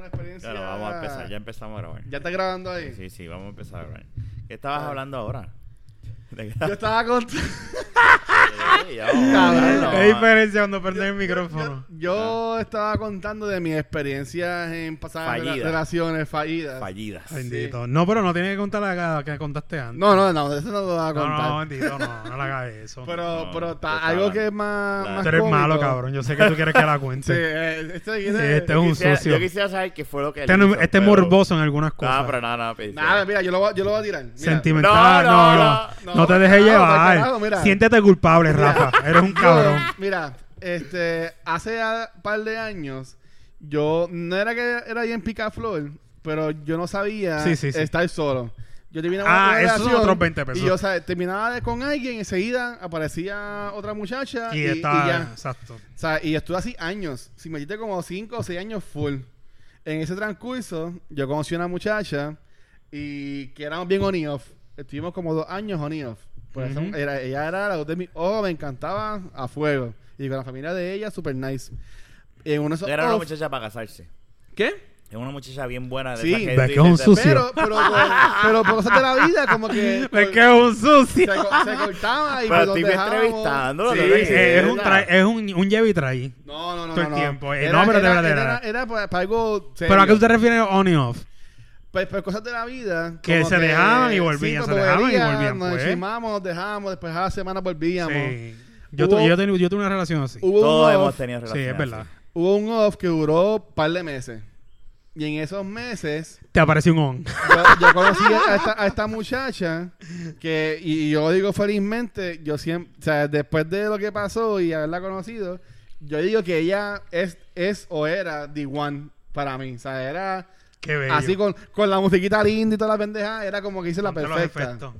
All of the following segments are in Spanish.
referencia. Claro, vamos a empezar. Ya empezamos a grabar. ¿Ya está grabando ahí? Sí, sí, vamos a empezar a grabar. ¿Qué estabas Ah. hablando ahora? ¿De qué Yo estaba con. Sí, ya vamos a Cabrón. hablarlo, Es vamos a- diferencia cuando prende el micrófono. Yo estaba contando de mis experiencias en pasadas rela- Fallidas. relaciones fallidas. Fallidas. Bendito. No, pero no tiene que contar la que contaste antes. No, no, no, de eso no lo voy a no, contar. no, bendito, no, no la hagas eso. pero, No, pero está- está algo mal. que es más. Claro. más Tú eres malo, cómico. cabrón. Yo sé que tú quieres que la Sí, cuente. eh, este, Sí, este es Yo un quisiera- sucio. Yo quisiera saber qué fue lo que. él Este, no- hizo, este es pero- morboso en algunas No, cosas. pero nada, nada. pues, Nada, sí. mira, yo lo, voy- yo lo voy a tirar. Mira, Sentimental, No, no, no, no. no. No, te No, dejes para llevar. carajo, mira. Siéntete culpable, Rafa. Eres un cabrón. Mira, este, hace un par de años, yo no era que era bien picaflor, pero yo no sabía Sí, sí, sí. estar solo. Yo terminaba Ah, una esos son relación otros 20 pesos. Y yo, o sea, terminaba de- con alguien y enseguida aparecía otra muchacha y, Y y está. ya. Exacto. O sea, y estuve así años. Si me metiste como 5 o 6 años full. En ese transcurso, yo conocí una muchacha y que éramos bien on y off. Estuvimos como dos años on y off. Pues esa- Ujú. era- ella era la voz de mi. Oh, me encantaba a fuego. Y con la familia de ella, super nice. En uno de esos Era una off- muchacha para casarse. ¿Qué? Es una muchacha bien buena. De Sí. esas Ve tú que es un dices, sucio. Pero, pero, por- pero por cosas de la vida, como que. Me quedo un se, sucio. co- se cortaba y pues Pero nos estoy dejábamos. entrevistándolo, Sí, te lo Eh, dije. es un, tra- es un, un lleve y trae. No, no, no. Todo no, el no. tiempo. Eh, Era- no, pero de era- verdad, Era, era- era pues, para, para algo. ¿Pero a qué serio. tú te refieres on y off? Pues, pues cosas de la vida. Que como se dejaban y volvían, pues, se dejaban y volvían, volvían, Nos pues. enchimamos, nos dejamos, después cada semana volvíamos. Sí. Yo, Hubo- tu- yo, tengo- yo tuve una relación así. Hubo, Todos un hemos off, tenido Sí, relaciones. es verdad. así. hubo un off que duró un par de meses. Y en esos meses, Te apareció un on. yo, yo conocí a esta, a esta muchacha que, y yo digo felizmente, yo siempre, o sea, después de lo que pasó y haberla conocido, yo digo que ella es, es o era the one para mí. O sea, era Qué bello. así con, con la musiquita linda y toda la pendeja, era como que hice la Ponte los perfecta. efectos.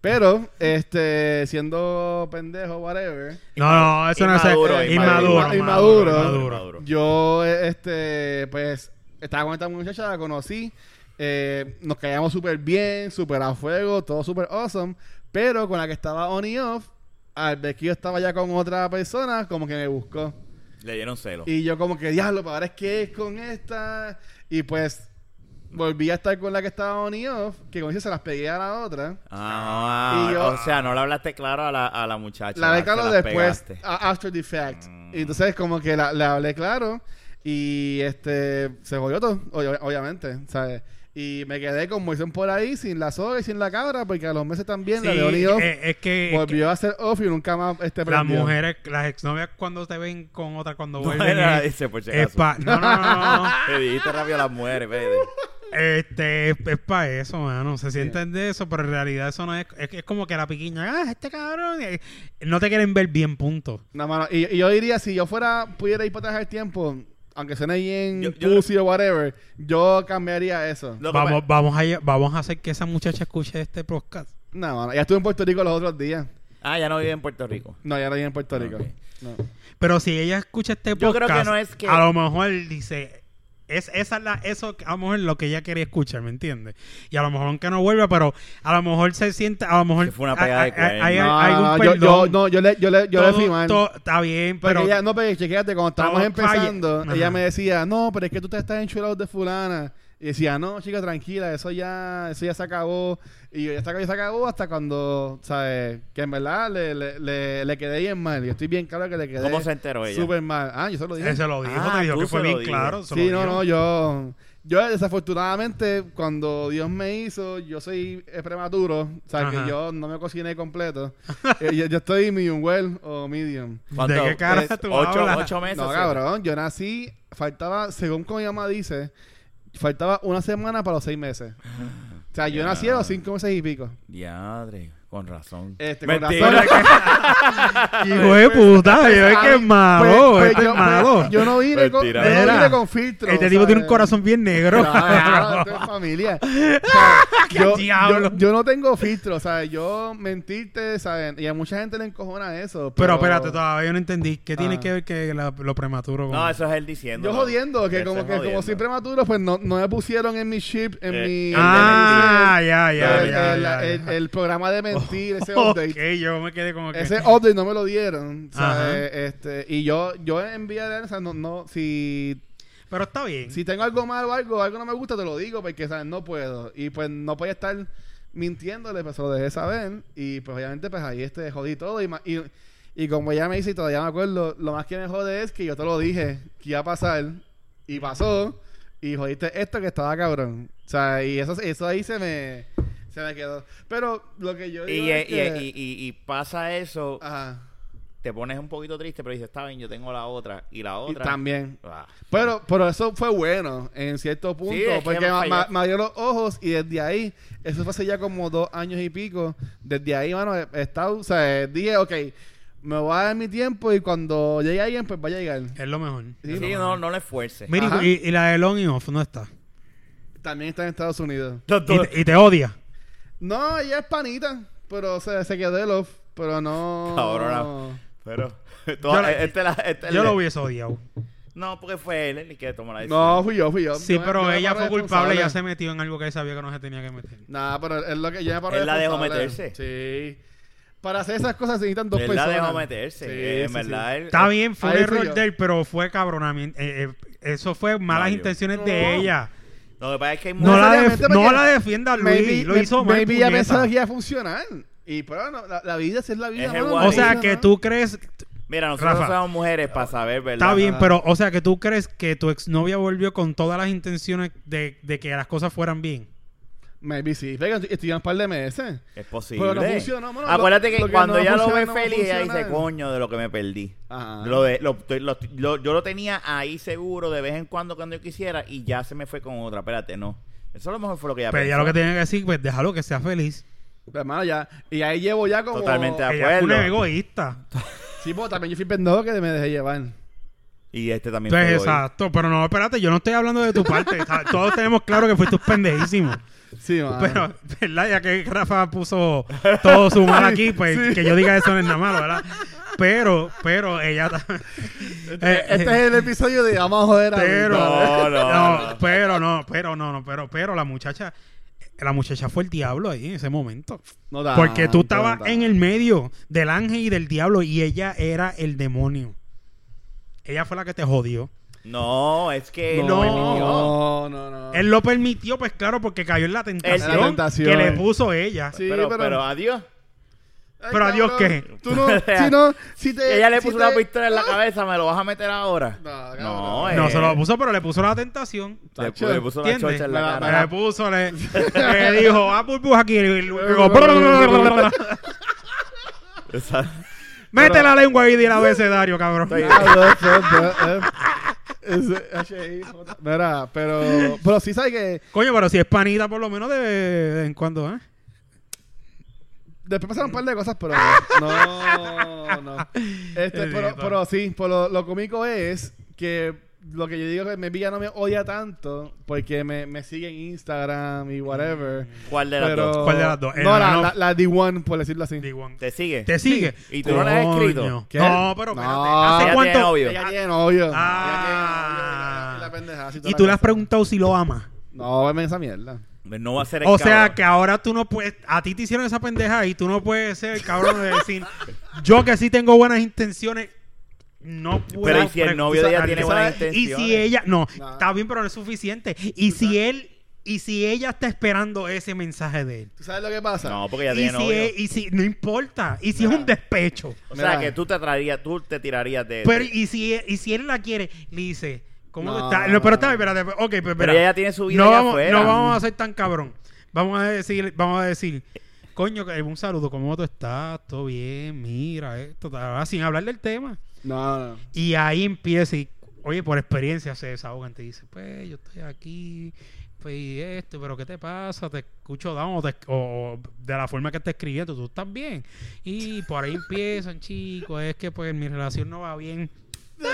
Pero, este, siendo pendejo, whatever, No, no, eso no es Inmaduro, inmaduro, inmaduro. inmaduro, Inmaduro. inmaduro. yo, eh, este, pues, estaba con esta muchacha, la conocí, eh, nos caíamos súper bien, súper a fuego, todo súper awesome, pero con la que estaba on y off, al ver que yo estaba ya con otra persona, como que me buscó. Le dieron celo. Y yo como que, diablo, pero ahora es que es con esta. Y pues, volví a estar con la que estaba on y off, que como dice, se las pegué a la otra. Ah, Y yo- o sea, no le hablaste claro a la, a la muchacha. La hablé se claro la después, pegaste. a- after the fact. Mm. Y entonces como que la, le hablé claro y este se jodió todo, obvia- obviamente, ¿sabes? Y me quedé como dicen por ahí, sin la soga y sin la cabra, porque a los meses también la Sí, de on y off eh, es que, es que volvió a ser off y nunca más este las prendió. mujeres, las exnovias cuando te ven con otra cuando No, vuelven era- es, dice, por si es acaso. pa, no, no, no, no, no. Le dijiste rápido a las mujeres, baby. Este, es, para eso, mano. Se sienten de eso, pero en realidad eso no es, es, que es como que la piquiña, ah, este cabrón, eh, no te quieren ver bien, punto. No, mano, y, y yo diría, si yo fuera, pudiera ir para atrás el tiempo, aunque suene bien Yo- yo- pussy o whatever, yo cambiaría eso. Lo que Vamos, vamos, a, vamos a hacer que esa muchacha escuche este podcast. No, mano, ya estuve en Puerto Rico los otros días. pa- Ah, ya no vive en Puerto Rico. No, ya no vivo en Puerto Rico. Ok. No. Pero si ella escucha este Yo podcast, creo que no es que- a lo mejor dice, es, esa es la, eso que- a lo mejor lo que ella quería escuchar, ¿me entiendes? Y a lo mejor aunque no vuelva, pero a lo mejor se siente, a lo mejor Que fue una pega de hay- hay- hay- No, hay no, un yo, yo, perdón. no, yo le, yo le, yo le Todo- fui mal. todo- está bien, Porque pero ella, no, pero chequéate, cuando estábamos Todo empezando, falle. ella Ajá. me decía, no, pero es que tú te estás enchulado de fulana. Y decía, no, chica, tranquila, eso ya, eso ya se acabó. Y yo, ya se acabó, ya se acabó hasta cuando, ¿sabes? Que en verdad le, le, le, le quedé bien mal. Yo estoy bien claro que le quedé ¿Cómo se enteró ella? súper mal. Ah, yo se lo dije. él eh, se lo dijo, Ah, te dijo tú que fue se lo bien dijo. claro. se Sí, lo no, dijo. no, yo. Yo, desafortunadamente, cuando Dios me hizo, yo soy eh, prematuro. O sea, Ajá. que yo no me cociné completo. Eh, yo, yo estoy medium well o medium. ¿Cuánto? qué cara Tres- tú ocho, hablas? ocho meses. No, ¿sí? cabrón, yo nací, faltaba, según como mi mamá dice, faltaba una semana para los seis meses. O sea, yo Ya. nací a los cinco meses y pico. Diadre, con razón. Este, con Mentira. razón. Hijo de puta, yo es Ah, que es pues, malo, pues, este yo- es malo. pues, Yo no vine con, yo Mentira. no Mira, vine con filtro. este tipo tiene un ¿sabes? corazón bien negro. Claro, esto es familia. O sea, yo, diablo! yo- yo no tengo filtro, ¿sabes? Yo mentirte, ¿sabes? Y a mucha gente le encojona eso. Pero espérate, todavía no entendí. ¿Qué tiene Ah. que ver que la- lo prematuro? con- No, eso es él diciendo. Yo ¿no? jodiendo, que Eso como es que como jodiendo. soy prematuro, pues no, no me pusieron en mi ship, en Eh, mi... el de ah, ya, el, ya, el- ya, el- ya, ya. el- el programa de mentir, ese update. ok, yo me quedé como que... Ese update no me lo dieron, Ajá. ¿sabes? Este, y yo, yo en vía de... O sea, no, no, si... Pero está bien. Si tengo algo malo, algo, algo no me gusta, te lo digo porque, ¿sabes? No puedo. Y pues no podía estar mintiéndole, pues se lo dejé saber. Y pues obviamente, pues ahí este jodí todo. Y, ma- y, y como ella me dice, y todavía me acuerdo, lo más que me jode es que yo te lo dije que iba a pasar. Y pasó. Y jodiste esto que estaba cabrón. O sea, y eso, eso ahí se me, se me quedó. Pero lo que yo Y, eh, digo es y- que- Ah. y- y- y pasa eso, Ajá. te pones un poquito triste, pero dices, está bien, yo tengo la otra. Y la Y otra. también. Ah. Pero, pero eso fue bueno en cierto punto, Sí, es que porque no ma- ma- falló. me abrió los ojos y desde ahí, eso fue hace ya como dos años y pico, desde ahí, mano, he he estado, o sea, eh, dije, ok, me voy a dar mi tiempo y cuando llegue alguien, pues va a llegar. Es lo mejor. Sí, Sí, no, no le esfuerces. Mira, y- Ajá. y, y la de Long y Off no está. También está en Estados Unidos. Y, te- y te odia. No, ella es panita, pero se, se quedó el off, pero no... Cabrona. Pero. Yo la- este la- este Yo le- lo hubiese odiado. No, porque fue él el que tomó la decisión. No, fui yo, fui yo. Sí, Yo me- yo pero me ella paro fue culpable y ya responsable. se metió en algo que sabía que no se tenía que meter. Nah, pero es lo que yo me paro Él la dejó responsable. Sí. Para hacer esas cosas se necesitan dos Él la personas. dejó meterse. Sí, eh, en sí, sí. verdad. él- Está bien, fue un Ahí fui error yo. de él, pero fue cabronamiento. eh, eh, eso fue malas Mario. intenciones No. de ella. Lo que pasa es que hay No muchas- la, necesariamente, def- no porque- la defienda, Luis. Maybe- lo may- hizo mal. Maybe ya puñeta. pensaba que iba a funcionar. Y pero no, la, la vida sí es la vida. Es mano. igual. O sea, que ¿no? tú crees. Mira, nosotros Rafa. somos mujeres para saber, ¿verdad? Está bien, Ajá. pero, o sea, que tú crees que tu exnovia volvió con todas las intenciones de, de que las cosas fueran bien. Maybe sí. Venga, estuvieron un par de meses. Es posible. Pero no funcionó, mano. Acuérdate Lo- que lo que cuando no ella lo funciona, Ah, ve no va a feliz, ella dice, funcionar. coño, de lo que me perdí. Ajá. Lo de- lo- lo- lo- yo lo tenía ahí seguro de vez en cuando cuando yo quisiera y ya se me fue con otra. Espérate, no. Eso a lo mejor fue lo que ella Pero ella pensó. lo que tiene que decir, pues déjalo que sea feliz. Pero, Pues, hermano, ya. Y ahí llevo ya como. Totalmente de Ella es acuerdo. una egoísta. Sí, pues también yo fui pendejo que me dejé llevar. Y este también Entonces, pegó ahí. exacto. Pero no, espérate, yo no estoy hablando de tu parte. O sea, Todos tenemos claro que fuiste un pendejísimo. Sí, mano. Pero, ¿verdad? Ya que Rafa puso todo su mal aquí, pues que yo diga eso no es nada malo, ¿verdad? Pero, pero ella Este, también. eh, este es el episodio de Vamos a joder a Pero, No, no, no, no. pero no, pero no, no, pero, pero la muchacha, la muchacha fue el diablo ahí en ese momento. No da, Porque tú no estabas da. en el medio del ángel y del diablo y ella era el demonio. Ella fue la que te jodió. No, es que él No, lo permitió. no, no, no. Él lo permitió, pues claro, porque cayó en la tentación, la tentación. que le puso ella. Sí, pero, pero- pero adiós. Ay, pero adiós, cabrón, ¿qué? Tú no. si no. Si te. ella le eh, si puso te- una pistola en la cabeza, ¿me lo vas a meter ahora? No, cabrón. No, eh. No se lo puso, pero le puso la tentación. Le, Tacho, le puso la ¿entiendes? chocha en la Me la- cara. me Le puso, le, le dijo, ah, burbuja aquí. Y luego, Exacto. mete la lengua y di el abecedario, cabrón. Ah, no, no, no, eh. Es- HIJ. Mira, pero, pero sí sabes que Coño, pero si es panita, por lo menos de, de vez en cuando, ¿eh? después pasaron un par de cosas, pero no, no. Este, pero, pero sí, por lo, lo cómico es que lo que yo digo que mi ya no me odia tanto porque me, me sigue en Instagram y whatever. ¿Cuál de las dos? Pero, ¿Cuál de las dos? No, la, El- la, la D1, por decirlo así. ¿Te sigue? ¿Te sigue? ¿Y tú no le has Coño. escrito? ¿Qué? No, pero No. espérate. ¿Hace Ella cuánto? tiene novio. Ella tiene novio. Ah. Ella tiene novio y la- y la pendeja, así toda Y la tú le has cosa. preguntado si lo ama. No, veme esa mierda. No va a ser el O sea, cabrón. que ahora tú no puedes... A ti te hicieron esa pendeja y tú no puedes ser el cabrón de decir... Yo que sí tengo buenas intenciones, no puedo... Pero ¿y si el novio de ella preguntar- tiene buenas Y intenciones? si ella... No, No. está bien, pero no es suficiente. Y si él... Y si ella está esperando ese mensaje de él. ¿Tú sabes lo que pasa? No, porque ella Y tiene si, novio. es- y si no importa, y si es Mira. un despecho. O sea, Mira. que tú te traerías, tú te tirarías de... Pero y si, y si él la quiere, le dice, ¿cómo No. tú estás? No, pero está bien, espérate, ok, pues Pero espera. ella ya tiene su vida no, allá vamos, afuera. no vamos a ser tan cabrón. Vamos a decir, vamos a decir, coño, que- un saludo, ¿cómo tú estás? Todo bien, mira, esto, ta, ta, sin hablar del tema. No, no. Y ahí empieza y, oye, por experiencia se desahogan, te dice, pues yo estoy aquí, pues y esto, pero ¿qué te pasa? Te escucho down o, te- o- o de la forma que te escribiendo, tú estás bien. Y por ahí empiezan, chicos, es que pues mi relación no va bien. no.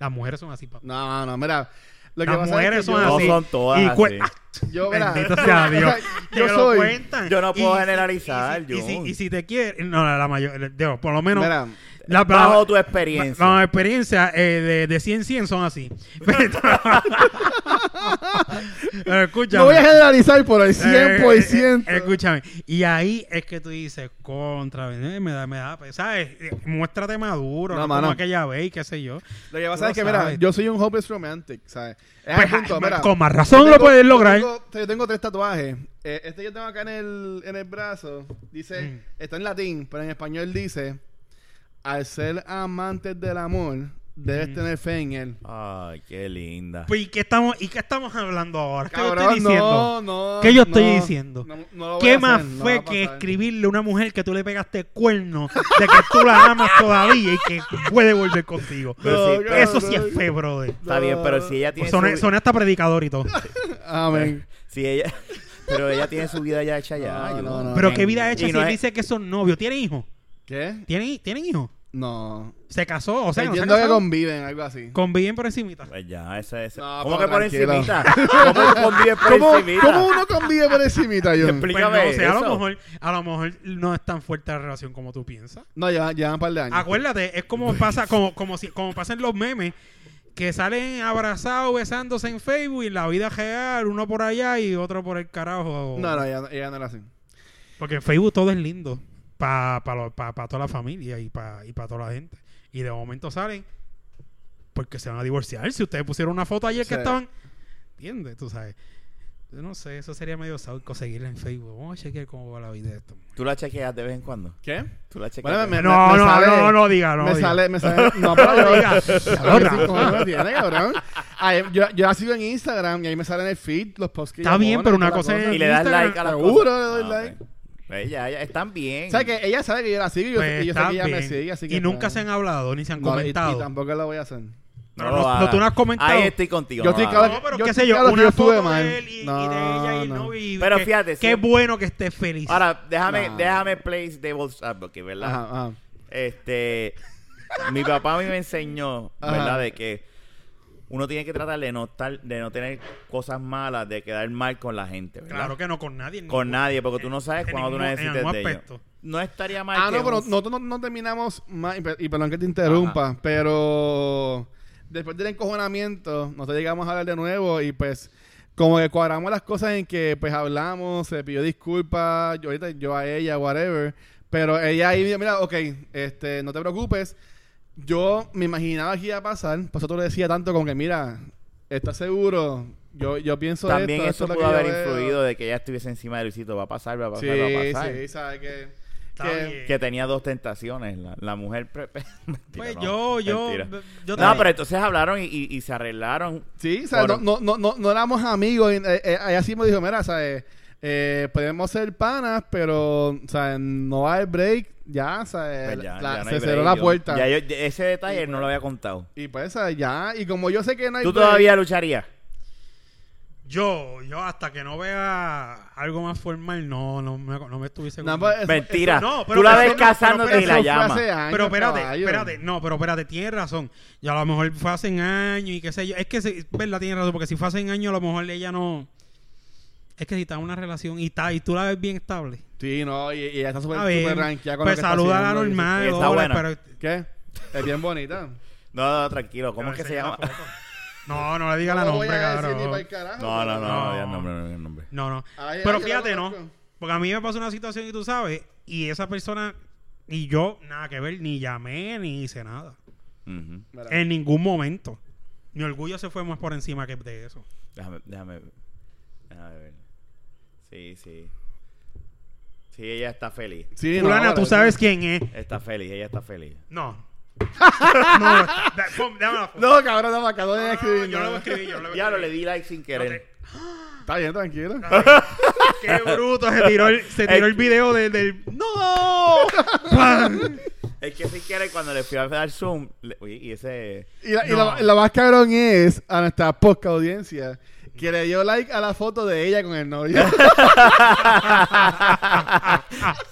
Las mujeres son así, papá. No, no, mira. Lo que Las pasa mujeres es que son yo, No así. son todas Y cue- así. yo, mira, Bendito sea Dios. yo Te lo soy- cuentan. yo no puedo si- generalizar, y si, y si- John. y si te quieren, no, la, mayor, eh, digo, por lo menos mira, La- bajo la- tu experiencia. La, la experiencia eh, de, de 100 100 son así. Pero escúchame. No voy a generalizar por el Eh, 100%. eh, eh, escúchame. Y ahí es que tú dices, contra, eh, me da, me da, pe- ¿sabes? Eh, Muéstrate maduro, No, no, mano. como aquella vez y qué sé yo. Lo que Tú pasa lo es que, mira, sabes. yo soy un hopeless romantic, ¿sabes? Es Pues, el punto, ah, mira, con más yo razón lo tengo- puedes yo lograr. tengo- Yo tengo tres tatuajes. Eh, este yo tengo acá en el, en el brazo. Dice, Mm. está en latín, pero en español dice, al ser amantes del amor, debes Mm. tener fe en él. Ay, qué linda. Pues, ¿y, qué estamos, ¿Y qué estamos hablando ahora? ¿Qué yo Cabrón, estoy diciendo? no, no. ¿Qué yo estoy no, diciendo? no- no lo voy ¿Qué a hacer, más no va fue a que pasar. escribirle a una mujer que tú le pegaste cuerno de que tú la amas todavía y que puede volver contigo? Pero sí, No, pero- Eso sí es fe, brother. Está bien, pero si ella tiene Soné, su- soné hasta predicador y todo. Amén. si ella pero ella tiene su vida ya hecha ya. No, yo- no, no. Pero qué vida Y hecha si no él es- dice que son novios. ¿Tienen hijos? ¿Qué? ¿Tienen, ¿Tienen hijos? No. ¿Se casó? O sea, no se Entiendo que casaron. conviven, algo así. Conviven por encimita. Pues ya, esa es. No, ¿Cómo pero que por tranquilo. encimita? ¿Cómo convive por ¿Cómo, encimita? cómo uno convive por encimita, John? Expli- Pues no, o sea, a eso. lo mejor, a lo mejor no es tan fuerte la relación como tú piensas. No, llevan, llevan un par de Ah, años. Acuérdate, es como pasa, como, como si, como pasan los memes que salen abrazados, besándose en Facebook y en la vida real, uno por allá y otro por el carajo. No, no, ella, ella no era así. Porque en Facebook todo es lindo para pa, pa- pa toda la familia y para y pa toda la gente. Y de momento salen porque se van a divorciar. Si ustedes pusieron una foto ayer Sí. que estaban... ¿Entiendes? Tú sabes. Yo no sé, eso sería medio sádico seguirla en Facebook. Vamos a chequear cómo va la vida de esto. ¿Tú la chequeas de vez en cuando? ¿Qué? ¿Tú la chequeas? Bueno, de me- vez No, me no, sale- no, no diga, no me diga. sale, me sale. No, pero yo. diga. Diablo, Diablo, sí, ¿cómo me tiene, cabrón? Ahí- yo, yo la sigo en Instagram y ahí me salen el feed, los posts que Está ella bien, pone y pero una toda la cosa es- en- Y le das Instagram, like a Ah, la seguro le doy like. Ella, ella, Pues, están bien. O sea, que ella sabe que yo la sigo y yo, Pues y yo sé está que ella me bien. sigue, así que... y nunca pues, se han hablado ni se han no, y- comentado. Y, tampoco lo voy a hacer. No, lo no, no, hagas. tú no has comentado. Ahí estoy contigo. Yo no estoy lo claro hagas. no, pero yo qué estoy sé yo, claro que una yo estuve foto mal. de él y, y No, de ella y no. no. y Pero que- fíjate, Qué sí. bueno que estés feliz. Ahora, déjame, No. déjame place devil's advocate, ¿verdad? Ajá, ajá. Este, mi papá a mí me enseñó, Ajá. ¿verdad? De que uno tiene que tratar de no, estar- de no tener cosas malas, de quedar mal con la gente, ¿verdad? claro que no con nadie. ni Con nadie, porque tú no sabes en cuando tú ningún- en necesites algún de ellos. aspecto. No estaría mal Ah, que no, pero un- nosotros no, no terminamos más, y, pe- y perdón que te interrumpa, pero después del encojonamiento, nosotros llegamos a hablar de nuevo y pues como que cuadramos las cosas en que pues hablamos, se pidió disculpas, yo ahorita yo a ella, whatever, pero ella ahí, mira, ok, este, no te preocupes, yo me imaginaba que iba a pasar, por eso tú le decía tanto como que, mira, ¿estás seguro? Yo, yo pienso También esto, esto eso es lo pudo que yo haber veo. influido de que ella estuviese encima de Luisito. Va a pasar, va a pasar, va a pasar. Sí, sí, sabes que... Está que- bien. Que tenía dos tentaciones, la, la mujer... pre- pre- Mentira, Pues no, yo, yo, mentira. yo No, también- pero entonces hablaron y, y- y se arreglaron. Sí, o sea, Oro. no, no, no, no, no éramos amigos. y, eh, eh, ella sí me dijo, mira, ¿sabes? Eh, podemos ser panas, pero, ¿sabes? No hay break, ya, ¿sabes? Pues ya, La- ya no se hay cerró break, la yo- puerta. ya yo- ese detalle no lo había contado. Y pues, ¿sabes? Ya, y como yo sé que no hay ¿Tú break- todavía lucharías? Yo, yo hasta que no vea algo más formal, no, no me, no me estuviese... No, con- pues, eso- Mentira. eso- no, pero Tú la eso ves no, pero- casándote pero y eso la fue llama. hace años, Pero espérate, caballo. espérate, no, pero espérate, tienes razón. Yo a lo mejor fue hace un año y qué sé yo. Es que, si- verdad, tienes razón, porque si fue hace un año, a lo mejor ella no. Es que si está en una relación y, está, y tú la ves bien estable. Sí, no, y, y ella está súper A ver, súper rankeada con lo pues que está saluda a la haciendo, y- normal. Está hola, buena. pero- ¿Qué? Es bien bonita. No, no, tranquilo. ¿Cómo es que se Enseña la llama? foto. No, no le diga la No nombre, voy a decir ni cabrón. pa'l carajo, No, no, no, pero- no, ya el nombre, no, no, el nombre. No, no. Ay, Pero ay, fíjate, yo la ¿no? conozco. Porque a mí me pasó una situación y tú sabes, y esa persona y yo, nada que ver, ni llamé, ni hice nada. Ujú. Mira. En ningún momento. Mi orgullo se fue más por encima que de eso. Déjame, déjame, déjame ver. Sí, sí. Sí, ella está feliz. Sí, no, Fulana, ahora, tú sí. sabes quién es. Está feliz, ella está feliz. No. no, da- pon- dame la foto. No, cabrón, no, acabo de No, no, escribir. Ah, yo no no. lo escribí, yo no lo Ya lo le escribí. di like sin No querer. te- Está bien, tranquilo. Qué bruto, se tiró el, se tiró el video de- del... ¡No! ¡Pam! Es que sin querer, cuando le fui a dar zoom, le- uy, y ese. Y, la, y No. lo- lo más cabrón es a nuestra poca audiencia que le dio like a la foto de ella con el novio.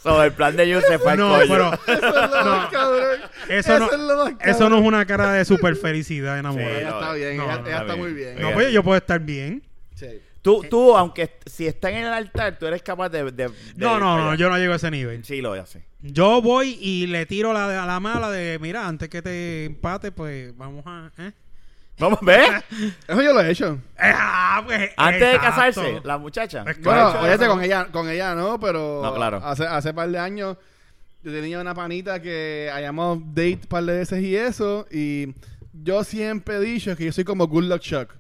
Sobre el plan de ellos se fue al No, coño. pero... eso es lo más No. cabrón. Eso no, es lo más cabrón. eso no es una cara de super felicidad Sí, enamorada. Ella está bien, No, ella, no, ella está está bien. muy bien. No, pues yo puedo estar bien. Sí. ¿Tú Tú, tú, aunque est- si está en el altar, tú eres capaz de. de- de- No, no, no, de- yo no llego a ese nivel. Sí, lo hace. Yo voy y le tiro la, de- a la mala de, mira, antes que te empate, pues vamos a... ¿eh? Vamos, ¿ves? Eso yo lo he hecho. Eh, ah, pues, Antes de exacto. casarse, la muchacha. Pues Lo ha Bueno, hecho. obviamente con ella, con ella no, pero No, claro. hace, hace par de años yo tenía una panita que hayamos date par de veces y eso, y yo siempre he dicho que yo soy como Good Luck Chuck.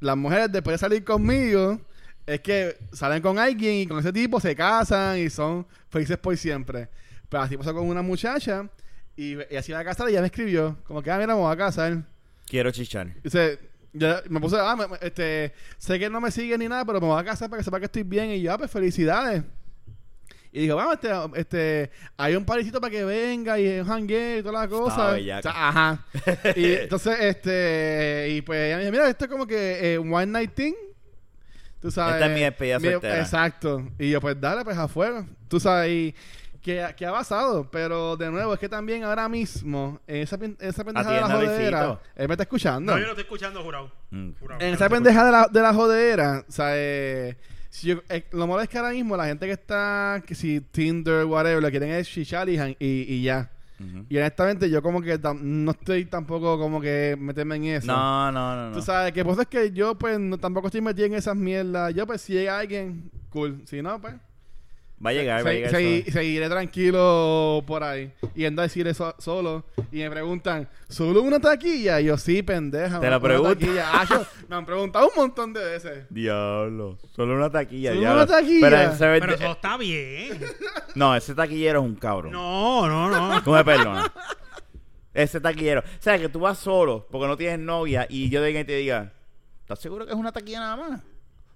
Las mujeres después de salir conmigo es que salen con alguien y con ese tipo se casan y son felices por siempre. Pero así pasó con una muchacha y, y así iba a casar y ella me escribió, como que, ah, mira, me voy a casar. Quiero chichar. Dice, yo me puse, ah, me- me- este, sé que no me sigue ni nada, pero me voy a casar para que sepa que estoy bien. Y yo, ah, pues felicidades. Y digo, vamos, este, este, hay un parecito para que venga y un hangueo y todas las cosas. bellaca. O sea, ajá. y entonces, este, y pues ella me dijo, mira, esto es como que eh, one night thing. Tú sabes. Esta es mi despedida soltera. Exacto. Y yo, pues dale, pues afuera. Tú sabes, y que, que ha pasado. Pero de nuevo, es que también ahora mismo, esa, pen- esa pendeja de la Atienda, jodedera, Luisito. él me está escuchando. No, yo no estoy escuchando, jurado. Mm. Jurado, En yo esa no te pendeja de la, de la jodera, o sea, eh, si yo- eh, lo malo es que ahora mismo la gente que está, que si Tinder, whatever, lo que quieren es chichar y, han- y, y ya. Ujú. Y honestamente yo como que tam- no estoy tampoco como que meterme en eso. No, no, no. no. Tú sabes, que pues es que yo pues no, tampoco estoy metido en esas mierdas. Yo pues si llega alguien, cool. Si no, pues Va a llegar, va a se- llegar. segui- eso. seguiré tranquilo por ahí. Y ando a decir eso solo. Y me preguntan, ¿solo una taquilla? Y yo, sí, pendeja. Te una- la una preguntan. taquilla". Ah, yo- me han preguntado un montón de veces. Diablo. Solo una taquilla. Solo diablo. una taquilla. Pero, ese vende- Pero eso está bien. No, ese taquillero es un cabrón. No, no, no. Tú me perdonas. Ese taquillero. O sea, que tú vas solo porque no tienes novia y yo de alguien te diga, ¿estás seguro que es una taquilla nada más?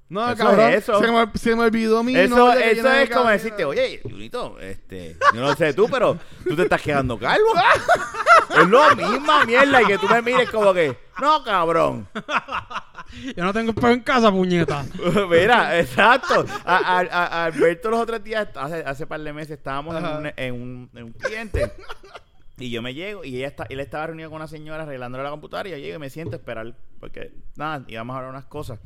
No, Eso cabrón. es eso. Se, me, se me olvidó mi Eso, novia que eso llena de es como cabello. decirte, oye, Junito, este, yo no sé tú, pero tú te estás quedando calvo. es lo misma mierda y que tú me mires como que, no, cabrón. Yo no tengo peo en casa, puñeta. Mira, exacto. A, a- a- a Alberto los otros días, hace, hace par de meses, estábamos en Ajá. un, en un- en un cliente. Y yo me llego y ella está, él estaba reunido con una señora arreglándole la computadora y yo llego y me siento a esperar porque nada, íbamos a hablar unas cosas.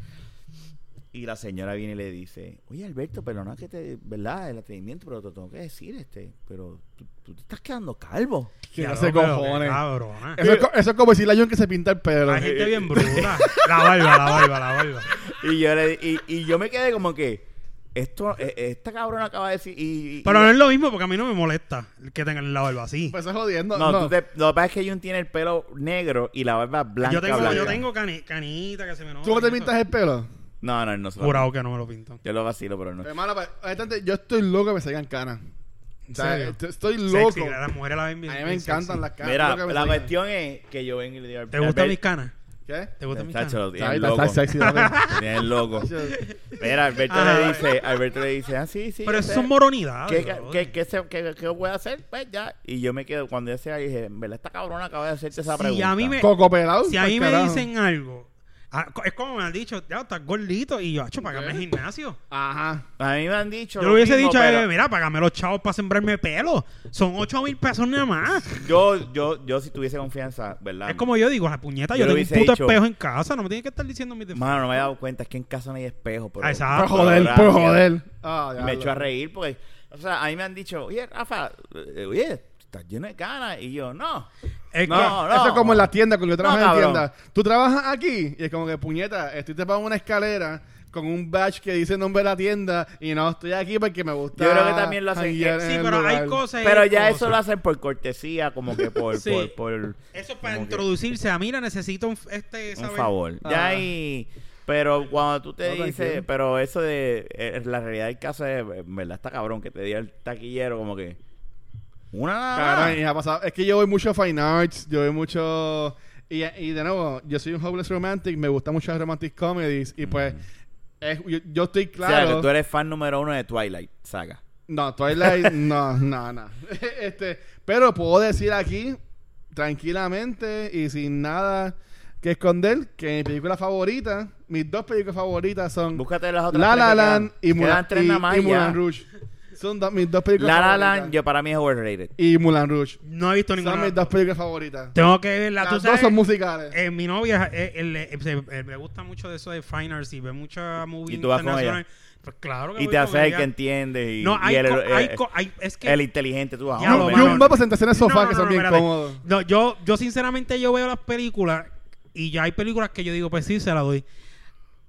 Y la señora viene y le dice, oye Alberto, perdona que te, ¿verdad? El atrevimiento, pero te tengo que decir, este, pero tú, tú te estás quedando calvo. Que no Diablo, se pero qué cojones. ah, Cabrona. Eso es, co- eso es como decirle a John que se pinta el pelo. Hay gente bien bruta. La barba, la barba, la barba. Y yo, le, y, y yo me quedé como que, esto, e- esta cabrona acaba de decir... Y, y- Pero y- no es lo mismo porque a mí no me molesta que tengan la barba así. Pues eso es jodiendo. No, No, tú te- lo que pasa es que Jun tiene el pelo negro y la barba blanca. yo tengo, yo blanca. tengo cani- canita que se me nota. ¿Tú no te y eso. pintas el pelo? No, no, no. se lo- Jurado que no me lo pintan. Yo lo vacilo, pero no. Hermano, pues, honestamente, yo estoy loco que me salgan canas. O ¿En sea, serio? est- estoy loco. Sexy, las mujeres la ven bien. A mí me bien encantan sexy. las canas. Mira, loco que me la salgan. cuestión es que yo vengo y le digo al- ¿Te gustan al- mis canas? ¿Qué? ¿Te gustan mis Chacho, canas? lo Ay, tienen está- está loco. sexy, dale. Tienen loco. Mira, Alberto Ajá. le dice, Alberto le dice, ah, sí, sí. Pero yo eso sé. son moronidades. ¿Qué, brother. qué, qué, se- qué- qué voy a hacer? Pues ya. Y yo me quedo, cuando yo sea, dije, en verdad, esta cabrona acaba de hacerte esa Si pregunta. a mí me- Coco pelado. Si a mí pa'l me carajo. dicen algo, ah, co- es como me han dicho, ya, estás gordito. Y yo, hacho, pagame el gimnasio. Ajá. A mí me han dicho. Yo le hubiese mismo, dicho, pero eh, mira, pagame los chavos para sembrarme pelo. Son 8 mil pesos nada más. Yo, yo, yo, si tuviese confianza, ¿verdad? Es como yo digo, la puñeta, Yo le yo, tengo un hubiese puto dicho- espejo en casa. No me tienes que estar diciendo mis defectos. Mano, no me he dado cuenta, es que en casa no hay espejo. Pero, Ah, exacto. Por Pues Pero joder, gracias. por joder. Ah, me diablo. echó a reír porque, o sea, a mí me han dicho, oye, Rafa, eh, oye, estás lleno de ganas. Y yo, no. Es No, que- no. Eso es como en la tienda, cuando yo No, trabajo en la cabrón. tienda. Tú trabajas aquí y es como que, puñeta, estoy te pago una escalera con un badge que dice el nombre de la tienda y no, estoy aquí porque me gusta. Yo creo que también lo hacen- janguear en Sí, el pero hay lugar. cosas. y Pero hay ya cosas. eso lo hacen por cortesía, como que por... Sí. por, por Eso es para como que introducirse a, mira, necesito un, este, Un saber- favor. Ya Ah. ahí... Pero cuando tú te No, dices, tranquilo. pero eso de eh, la realidad del caso es, en verdad está cabrón que te diga el taquillero como que una nada más. Cabrón, y ha pasado. Es que yo voy mucho a Fine Arts, yo voy mucho. Y, y de nuevo, yo soy un hopeless romantic, me gustan muchas romantic comedies y Mm. pues. es- yo, yo estoy claro. O sea, que tú eres fan número uno de Twilight Saga. No, Twilight, no, no, no. Este, pero puedo decir aquí, tranquilamente y sin nada que esconder, que mi película favorita, mis dos películas favoritas son Búscate las otras La tres La que Land quedan. y Quedan Mulan, tres y- nada más y y ya. Moulin Rouge. Son dos- mis dos películas La La favoritas. Land, yo para mí es overrated. Y Mulan Rouge. No he visto Son ninguna. mis dos películas favoritas. Tengo que verla. Las Tú dos sabes, son musicales. eh, mi novia eh, él le- eh, se- eh, le gusta mucho de eso de Fine Arts y ve mucha movie ¿Y tú vas con internacional. Pues claro que Y voy te con hace el ella. que entiende. Y, No, y hay, el, co- eh, hay co- hay- es que el inteligente, tú ah, vas Ya lo Y mano. un mapa sentarse en el sofá No, no, que no, son no, bien espérate. cómodos. No, yo, yo sinceramente yo veo las películas y ya hay películas que yo digo, pues sí, se las doy.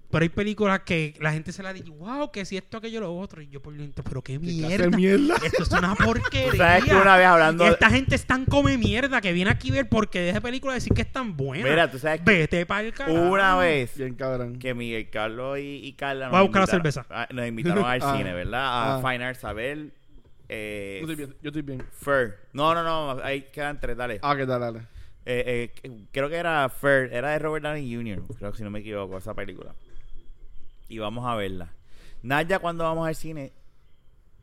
Pero hay películas que la gente se la dice, wow, que si esto, aquello, lo otro. Y yo por dentro, pero qué mierda. hacer mierda. Esto es una porquería. Tú sabes que una vez hablando- Esta gente es tan come mierda que viene aquí a ver porque de esa película decir que es tan buena. Mira, tú sabes que Vete para el carajo. una vez Bien cabrón. que Miguel Carlos y, y Carla Voy a buscar la invitaron- cerveza. ah, nos invitaron al Ah. cine, ¿verdad? A Ah. Fine Arts, a ver. eh, Yo estoy bien. Yo estoy bien. Fur. No, no, no, ahí quedan tres, dale. Ah, qué tal, dale. Eh, eh, creo que era Fair, era de Robert Downey Jr., creo que si no me equivoco, esa película. Y vamos a verla. Naya, cuando vamos al cine,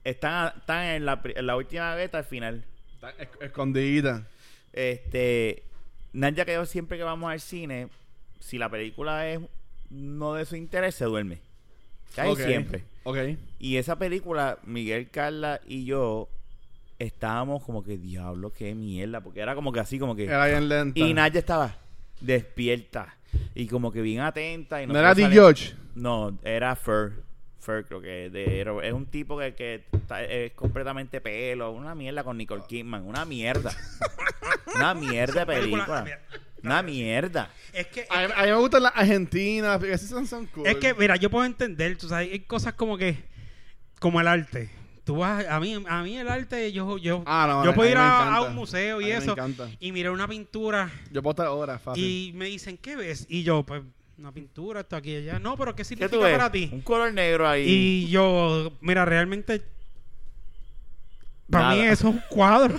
están, a- están en, la, pri- en la última beta al final. Está esc- escondidita. Este, Naya, que yo siempre que vamos al cine, si la película es no de su interés, se duerme. Casi Ok. siempre. Ok. Y esa película, Miguel, Carla y yo estábamos como que, diablo, qué mierda, porque era como que así, como que... Era bien lenta. Y Naya estaba despierta y como que bien atenta. Y ¿No era nosotros D. sale- George? No, era Fur. Fur creo que es de, Ro- es un tipo que, que está- es completamente pelo. Una mierda con Nicole Kidman. Una mierda. una mierda de Película- película. mira, Una mierda. Es que, es A, mí- a mí me gustan las argentinas. porque Esas son, son cool. Es que, mira, yo puedo entender, tú sabes, hay cosas como que, como el arte. Tú vas, a mí, a mí el arte, yo, yo, Ah, no, yo a- puedo a ir mí me a, a encanta. un museo A y mí me eso, encanta. y mirar una pintura, Yo puedo estar horas, fácil. y me dicen, ¿qué ves? Y yo, pues, una pintura, esto aquí y allá. No, pero ¿qué ¿Qué significa tú ves? para ti? Un color negro ahí. Y yo, mira, realmente, para Nada. mí eso es un cuadro.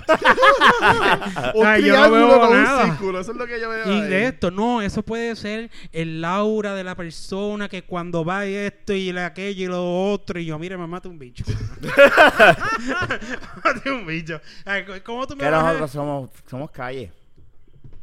Un Ay, yo no triángulo veo con nada. un círculo. Eso es lo que yo veo Y ahí. Ah, de esto, no, eso puede ser el aura de la persona que cuando va esto y la aquello y lo otro, y yo, mire, me mata un bicho. mate un bicho. Ay, ¿Cómo tú me que vas a- eh, nosotros somos, somos calle.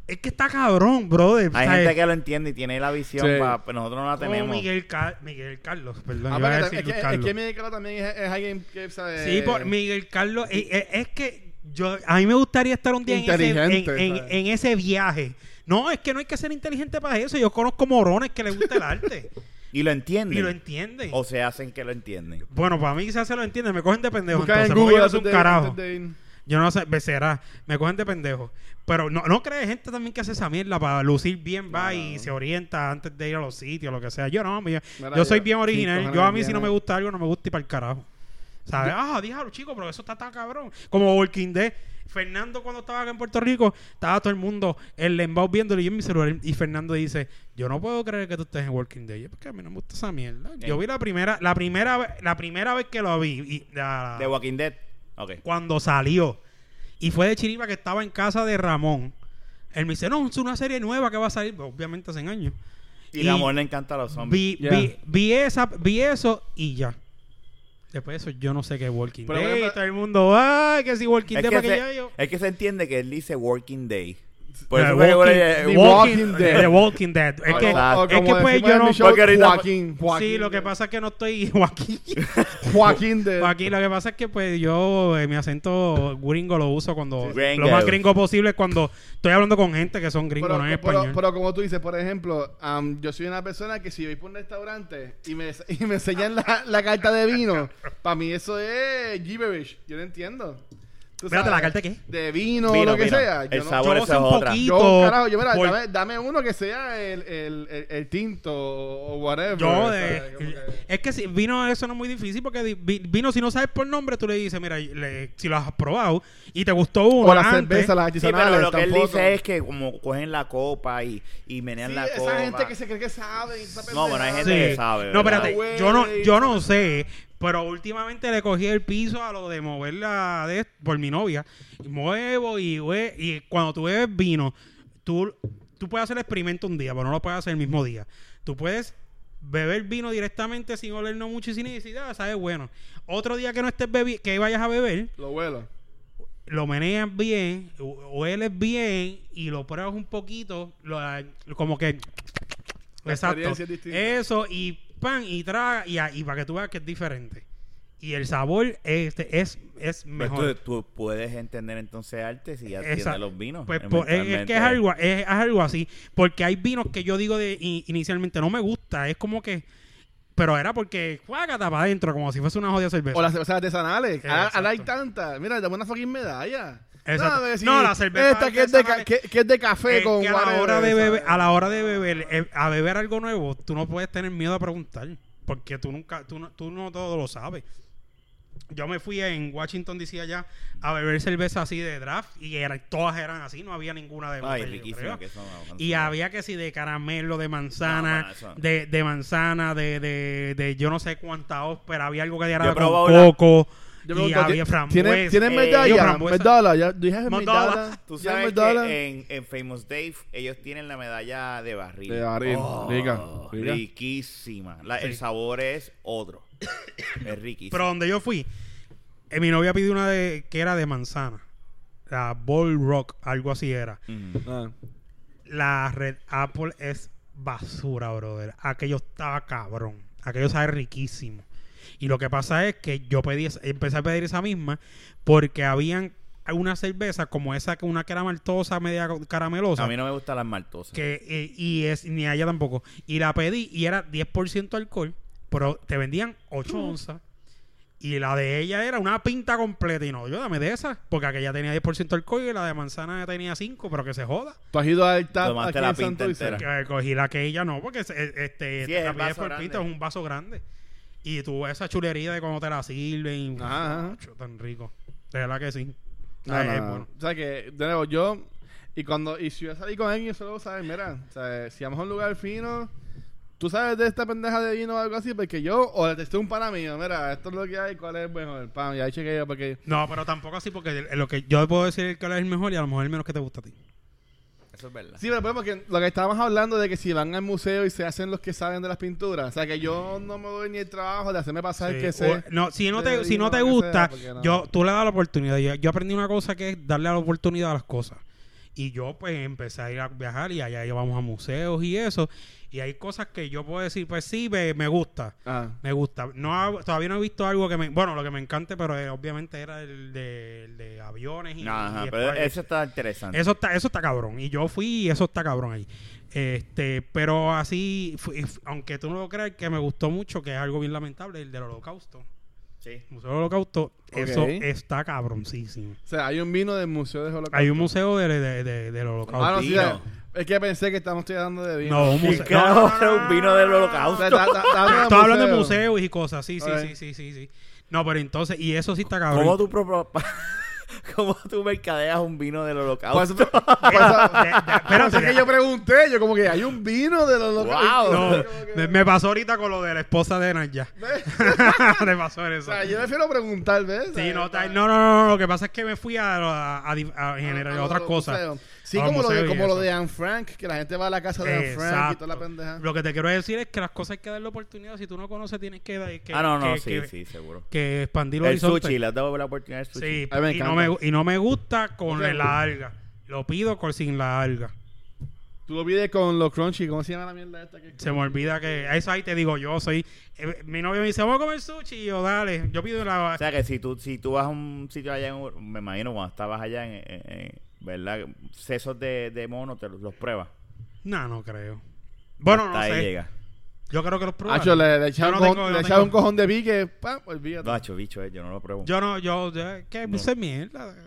Es que está cabrón, brother. Hay ¿sabes? gente que lo entiende y tiene la visión, Sí. pa- pero nosotros no la Como tenemos. Oh, Miguel, Car- Miguel Carlos, perdón. Ah, yo iba a porque decir es, que, Luis es Carlos. que Miguel Carlos también es, es alguien que sabe. Sí, por Miguel Carlos. eh, eh, es que yo a mí me gustaría estar un día en ese, en, Inteligente, en- ¿sabes? en ese viaje. No, es que no hay que ser inteligente para eso. Yo conozco morones que les gusta el arte Y lo entienden. y lo entienden. o se hacen que lo entienden. Bueno, para mí quizás se lo entiende, me cogen de pendejo. Busca entonces, en porque Google yo no antes soy un de- carajo. antes de ir. Yo no sé, me será, me cogen de pendejo. Pero no, no crees gente también que hace esa mierda para lucir bien, va y se orienta antes de ir a los sitios, lo que sea. Yo no, yo, Mira, yo soy yo- bien original. sí, yo a mí si cojones, no me bien. gusta algo, no me gusta y para el carajo. ¿Sabes? Ah, díjalo, chico, pero eso está tan cabrón. Como Walking Dead. Fernando cuando estaba acá en Puerto Rico, estaba todo el mundo el lembao viéndolo y yo en mi celular. Y Fernando dice, yo no puedo creer que tú estés en Walking Dead. Yo, porque a mí no me gusta esa mierda. Yo Eh. vi la primera, la primera, ve- la primera vez que lo vi. Y, la- De Walking Dead. Ok. cuando salió. Y fue de Chiriba que estaba en casa de Ramón. Él me dice, no, es una serie nueva que va a salir, pues, obviamente hace años. Y, Y la amor le encanta a los zombies. Vi, Ya. vi, vi esa, vi eso y ya. Después de eso, yo no sé qué es Walking Pero, Dead. pero, y todo el mundo, ay, que si Walking Es Dead, que, para que se, ya yo... es que se entiende que él dice Working Day. Por The eso fue que yo Walking- le- The The Walking Walking Dead. The Walking Dead. Es Ah, que, exacto. O es que como pues decimos yo en no... mi show, Porque ahorita- Joaquín, Joaquín. sí, lo que pasa es que no estoy Joaquín. Joaquín de. Joaquín, lo que pasa es que pues yo eh, mi acento gringo lo uso cuando... Sí. Lo más Gringo. gringo posible es cuando estoy hablando con gente que son gringos, Pero, no en pero- español. pero como tú dices, por ejemplo, am, yo soy una persona que si voy por un restaurante y me, y me enseñan la, la carta de vino, para mí eso es gibberish. Yo no entiendo. Tú Espérate, sabes, ¿la carta qué? De vino, Vino, lo que vino. sea. El Yo, no- sabor, esa yo es sé un otra. poquito. yo, carajo, yo, mira, por- dame, dame uno que sea el, el, el, el tinto o whatever. yo ¿sabes? de- Como que- es que si vino eso no es muy difícil porque di- vi- vino si no sabes por nombre tú le dices mira le- si lo has probado y te gustó uno O la antes, cerveza, las Sí, pero artesanales. lo que él tampoco. dice es que como cogen la copa y, y menean Sí, la esa copa. gente que se cree que sabe. y esa No, bueno, hay pendejada. gente que sabe, No, ¿verdad? espérate, Güey. yo no, yo no sé, pero últimamente le cogí el piso a lo de moverla de, por mi novia. Y Muevo y, hue- y cuando tú bebes vino, tú, tú puedes hacer el experimento un día, pero no lo puedes hacer el mismo día. Tú puedes beber vino directamente sin olerlo mucho y sin decir, ah, sabe bueno. Otro día que no estés bebi que vayas a beber, Lo vuelo. lo meneas bien, hu- hueles bien y lo pruebas un poquito, lo- como que La exacto, experiencia es distinta. eso y pan y traga y, a- y para que tú veas que es diferente. y el sabor este es, es Pues mejor. tú, tú puedes entender entonces arte si ya Esa- tienes los vinos. Pues, por- es, es que es eventualmente. algo, es, es algo así. Porque hay vinos que yo digo de, i- inicialmente no me gusta. Es como que. Pero era porque juágata para adentro, como si fuese una jodida cerveza. O las cervezas artesanales. Eh, Ahora ahora hay Pues, exacto. tantas. Mira, dame una fucking medalla. Exacto. No, decir, No, la cerveza Esta que es, de ca- artesanal que, que es de café Es con que a la whatever, hora de ¿sabes? beber, ah, a la hora de beber, eh, a beber algo nuevo, tú no puedes tener miedo a preguntar, porque tú nunca, tú no, tú no todo lo sabes. Yo me fui en Washington DC allá a beber cerveza así de draft y era- todas eran así, no había ninguna de Ay, botella, yo riquísimo creo. que son. vamos, Y son- había que si de caramelo, de manzana, No, mano, eso no. de, de manzana, de, de, de yo no sé cuánta ópera, había algo que Yo era he con probado la- coco Yo y pregunto, había ¿tiene- frambuesa. ¿Tienen Eh, yo medalla? frambuesa. Medalla. Ya dije Medalla. medalla. Tú Ya sabes medalla. que en, en Famous Dave ellos tienen la medalla de barril. Oh, De barril, rica, rica. Riquísima. La- El Sí. sabor es otro. es riquísimo. Pero donde yo fui, eh, mi novia pidió una de, que era de manzana. La Ball Rock, algo así era. Mm. Ah. La Red Apple es basura, brother. Aquello estaba cabrón. Aquello sabe riquísimo. Y lo que pasa es que yo pedí esa- empecé a pedir esa misma porque habían una cerveza como esa, que una que era maltosa, media caramelosa. A mí no me gustan las maltosas. que, eh, y es, ni a ella tampoco. Y la pedí y era 10% alcohol, pero te vendían 8 onzas. Y la de ella era una pinta completa. Y no, yo dame de esa, porque aquella tenía 10% alcohol y la de manzana tenía 5, pero que se joda. Tú has ido al tap Tomaste aquí la en pinta Santurce. entera. Que cogí la que ella no, porque es- es- este, Sí, es la el pides vaso por pinta, es grande. un vaso grande. Y tú esa chulería de cómo te la sirven. y- Ajá, ajá. Nacho, tan rico. De verdad que sí. No, Ay, no, es no. bueno. eh, O sea que, de nuevo, yo. Y cuando. Y si yo salí con alguien, yo solo sabes, mira. O sea, si vamos a un lugar fino. Tú sabes de esta pendeja de vino o algo así, porque yo. O le testé un pana mío, mira, esto es lo que hay, cuál es mejor. Pam, y ahí chequeé yo, porque. No, pero tampoco así, porque el- lo que yo puedo decir es que es el mejor y a lo mejor el menos que te gusta a ti. Eso es verdad. Sí, pero pues, porque lo que estábamos hablando de que si van al museo y se hacen los que saben de las pinturas. O sea, que yo no me doy ni el trabajo de hacerme pasar Sí, que o- sé. no, si no de te, si vino, no te que sea, gusta, porque no. yo, tú le das la oportunidad. Yo, yo aprendí una cosa que es darle la oportunidad a las cosas. Y yo pues empecé a ir a viajar y allá íbamos a museos y eso. Y hay cosas que yo puedo decir, pues sí, me, me gusta. Ah. Me gusta. No, ha- todavía no he visto algo que me... Bueno, lo que me encante, pero eh, obviamente era el de, el de aviones y... No, ajá, y pero espacio. eso está interesante. Eso está, eso está cabrón. Y yo fui y eso está cabrón ahí. Este, pero así, fu- y f- aunque tú no lo creas, que me gustó mucho, que es algo bien lamentable, el del holocausto. Sí. Museo del Holocausto, Ok. eso está cabroncísimo. O sea, hay un vino del Museo de Holocausto. Hay un museo de, de- de- del Ah, no, Holocausto. sí, vino. ya. es que pensé que estamos hablando de vino. No, un ¿Qué museo. carajo No, no, no, es un vino O del sea, holocausto? está- está- está hablando Estoy hablando de museos y cosas, sí, sí, Ok. sí, sí, sí, sí. No, pero entonces, y eso sí está cabrón. ¿Cómo tú, pro- ¿Cómo tú mercadeas un vino del Por holocausto? eso, por Eh, eso- de- de- por eso espérate, es que yo pregunté, yo como que hay un vino de los Wow. no, Como que- me, me pasó ahorita con lo de la esposa de Naya. Le pasó O eso. sea, yo prefiero preguntar, ¿ves? Sí, no, está ta- no, no, no, no, lo que pasa es que me fui a, a- a di- a generar otras cosas. Sí, A los como lo, de, museos y como lo eso. de Anne Frank, que la gente va a la casa de Anne Frank y toda la Exacto. pendeja. Lo que te quiero decir es que las cosas hay que darle oportunidad. Si tú no conoces, tienes que, dar- que ah, no, no, que- sí, que- sí, seguro. que expandir los El horizontes. sushi, le has dado la oportunidad al sushi. Sí, A mí me y no, encanta. me, gu- y no me gusta con Ok. la alga. Lo pido con sin la alga. Tú lo pides con los crunchy, ¿cómo se llama la mierda esta? Que... Se me olvida que a eso ahí te digo yo soy eh, mi novio me dice vamos a comer sushi y yo dale yo pido la O sea que si tú, si tú vas a un sitio allá, en, Ur- me imagino cuando estabas allá en, en- en- ¿verdad? Sesos de, de mono, te los, los pruebas. no no creo bueno no Hasta ahí sé llega. yo creo que los Ah, probaron yo le, le Yo echaron no un, tengo- cojón- yo le no echaron un tengo- cojón de pique, ¡pam! Olvídate. Bacho, bicho, eh, yo no lo pruebo. yo no yo, yo- que No. eso es mierda eh,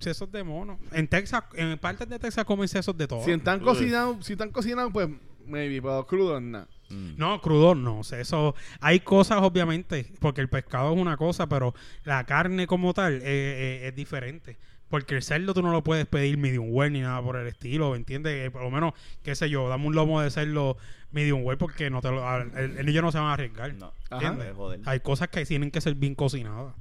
sesos de mono en Texas en partes de Texas comen sesos de todo Si están Uy. cocinados, si están cocinados, pues maybe, pero crudos, nada. Mm. No, crudo no. o sea, eso, hay cosas, obviamente, porque el pescado es una cosa, pero la carne como tal eh, eh, es diferente. Porque el cerdo tú no lo puedes pedir medium well ni nada por el estilo, ¿entiendes? Eh, por lo menos, qué sé yo, dame un lomo de cerdo medium well porque no te lo, a- el, el niño no se van a arriesgar. No, Ajá. puedes joder. Hay cosas que tienen que ser bien cocinadas.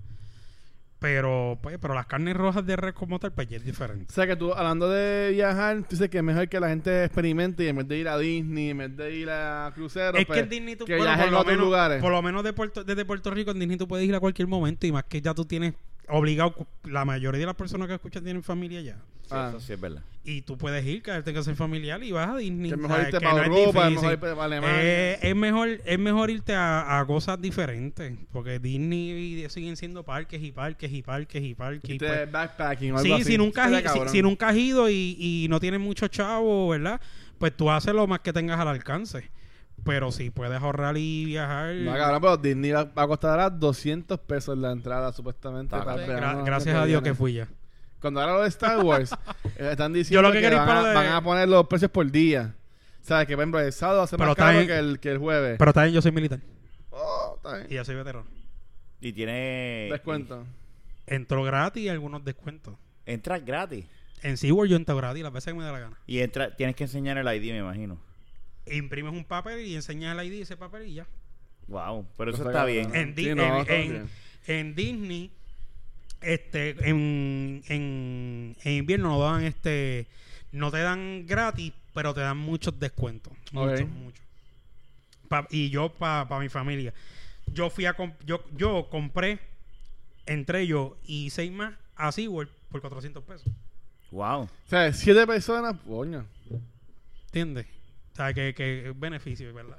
Pero, pues, pero las carnes rojas de res como tal, pues ya es O diferente. sea que tú, hablando de viajar, tú dices que es mejor que la gente experimente y en vez de ir a Disney, en vez de ir a cruceros, es pues, que en Disney tú que bueno, viajen por a lo otros menos, lugares. por lo menos de Puerto- desde Puerto Rico en Disney tú puedes ir a cualquier momento y más que ya tú tienes obligado, cu- la mayoría de las personas que escuchan tienen familia ya. Sí, Ah. eso sí es verdad. Y tú puedes ir, caerte que ser familiar y vas a Disney. Que es mejor ¿sabes? irte Que para no es Europa, es difícil. mejor irte para Alemania. Eh, es, mejor, es mejor irte a, a cosas diferentes. Porque Disney y- siguen siendo parques y parques y parques y parques. y Irte parques. backpacking o algo pues. Sí, así. si nunca, has Estaría i- si, cabrón. si nunca has ido y, y no tienes mucho chavo, ¿verdad? Pues tú haces lo más que tengas al alcance. Pero si puedes ahorrar y viajar. No, cabrón, pero Disney va, va a costar ahora 200 pesos la entrada, supuestamente. Ah, para el Pues, gra- verano del gracias año a Dios viene. que fui ya. eh. Cuando ahora lo de Star Wars, eh, están diciendo Yo lo que que, quería van, a, ir para lo de- van a poner los precios por día. O sea, que por ejemplo el sábado va a ser Pero más está caro en- que, el, que el jueves. Pero también yo soy militar. Oh, está bien. Y ya soy veterano. Y tiene. Descuento. Entro gratis y algunos descuentos. y- entras gratis. En SeaWorld yo entro gratis las veces que me da la gana. Y entra, tienes que enseñar el ID, me imagino. Imprimes un papel y enseñas el ID de ese papel y ya. Wow, pero eso Está está cabrón. bien. en, Di- Sí, no, en- está en- bien. en Disney este en, en, en invierno no dan este no te dan gratis pero te dan muchos descuentos muchos Ok. muchos Pa- y yo para mi familia yo fui a comp- yo, yo compré entre yo y seis más a SeaWorld por 400 pesos Wow. O sea, siete personas, coño. ¿entiendes? o sea que, que es beneficio ¿verdad?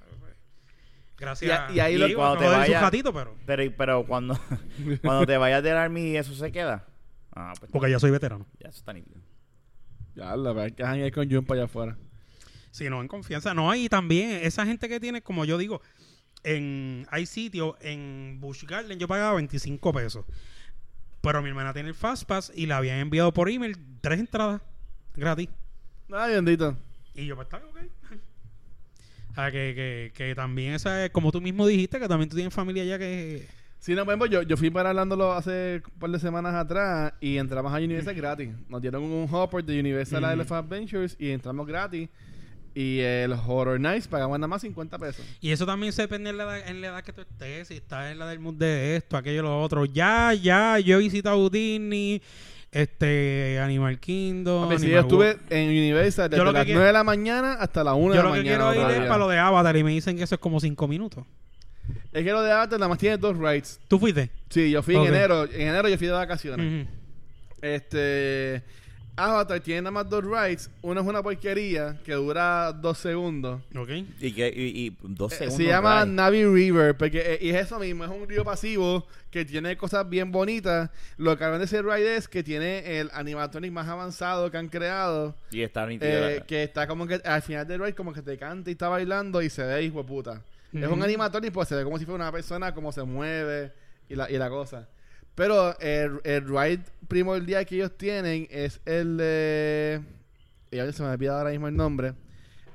Y gracias a- y ahí lo- digo, cuando no te doy su vayas- gatito, pero Pero, pero cuando, cuando te vayas del Army, ¿eso se queda? Ah, pues porque yo soy veterano ya eso está nítido. Ya, la verdad que hay con Jun para allá afuera. Si no, en confianza. No, y también esa gente que tiene, como yo digo, en hay sitios, en Busch Garden yo pagaba 25 pesos. Pero mi hermana tiene el Fastpass y la habían enviado por email tres entradas gratis. Ay, bendito. Y yo, pues está bien, ok. O sea, que, que, que también esa es, como tú mismo dijiste, que también tú tienes familia allá que... Sí, no, por ejemplo, yo, yo fui para hablándolo hace un par de semanas atrás y entramos a Universal gratis. Nos dieron un hopper de Universal Ujú. Elephant Adventures y entramos gratis. Y el Horror Nights pagamos nada más 50 pesos. Y eso también se depende en la, edad, en la edad que tú estés, si estás en la del mundo de esto, aquello, lo otro. Ya, ya, yo he visitado Disney, este, Animal Kingdom, Papi, sí, yo Animal World. estuve en Universal Yo desde lo que las quie- 9 de la mañana hasta las 1 de Yo la lo que mañana. quiero ir otro es día. para lo de Avatar y me dicen que eso es como cinco minutos. Es que lo de Avatar nada más tiene dos rides. ¿Tú fuiste? Sí, yo fui Ok. en enero. En enero yo fui de vacaciones. Ujú. Este. Avatar tiene nada más dos rides. Uno es una porquería que dura dos segundos. Ok. Y, que, y, y dos Eh, segundos. se llama drive. Navi River, porque eh, y es eso mismo, es un río pasivo que tiene cosas bien bonitas. Lo que hablan de ese ride es que tiene el animatronic más avanzado que han creado, Y está nítido. eh, la- que está como que al final del ride como que te canta y está bailando y se ve hijo de puta. Es un Ujú. animatronic, pues se ve como si fuera una persona, cómo se mueve y la, y la cosa. Pero el, el ride primordial que ellos tienen es el de... Y ahora se me olvida ahora mismo el nombre.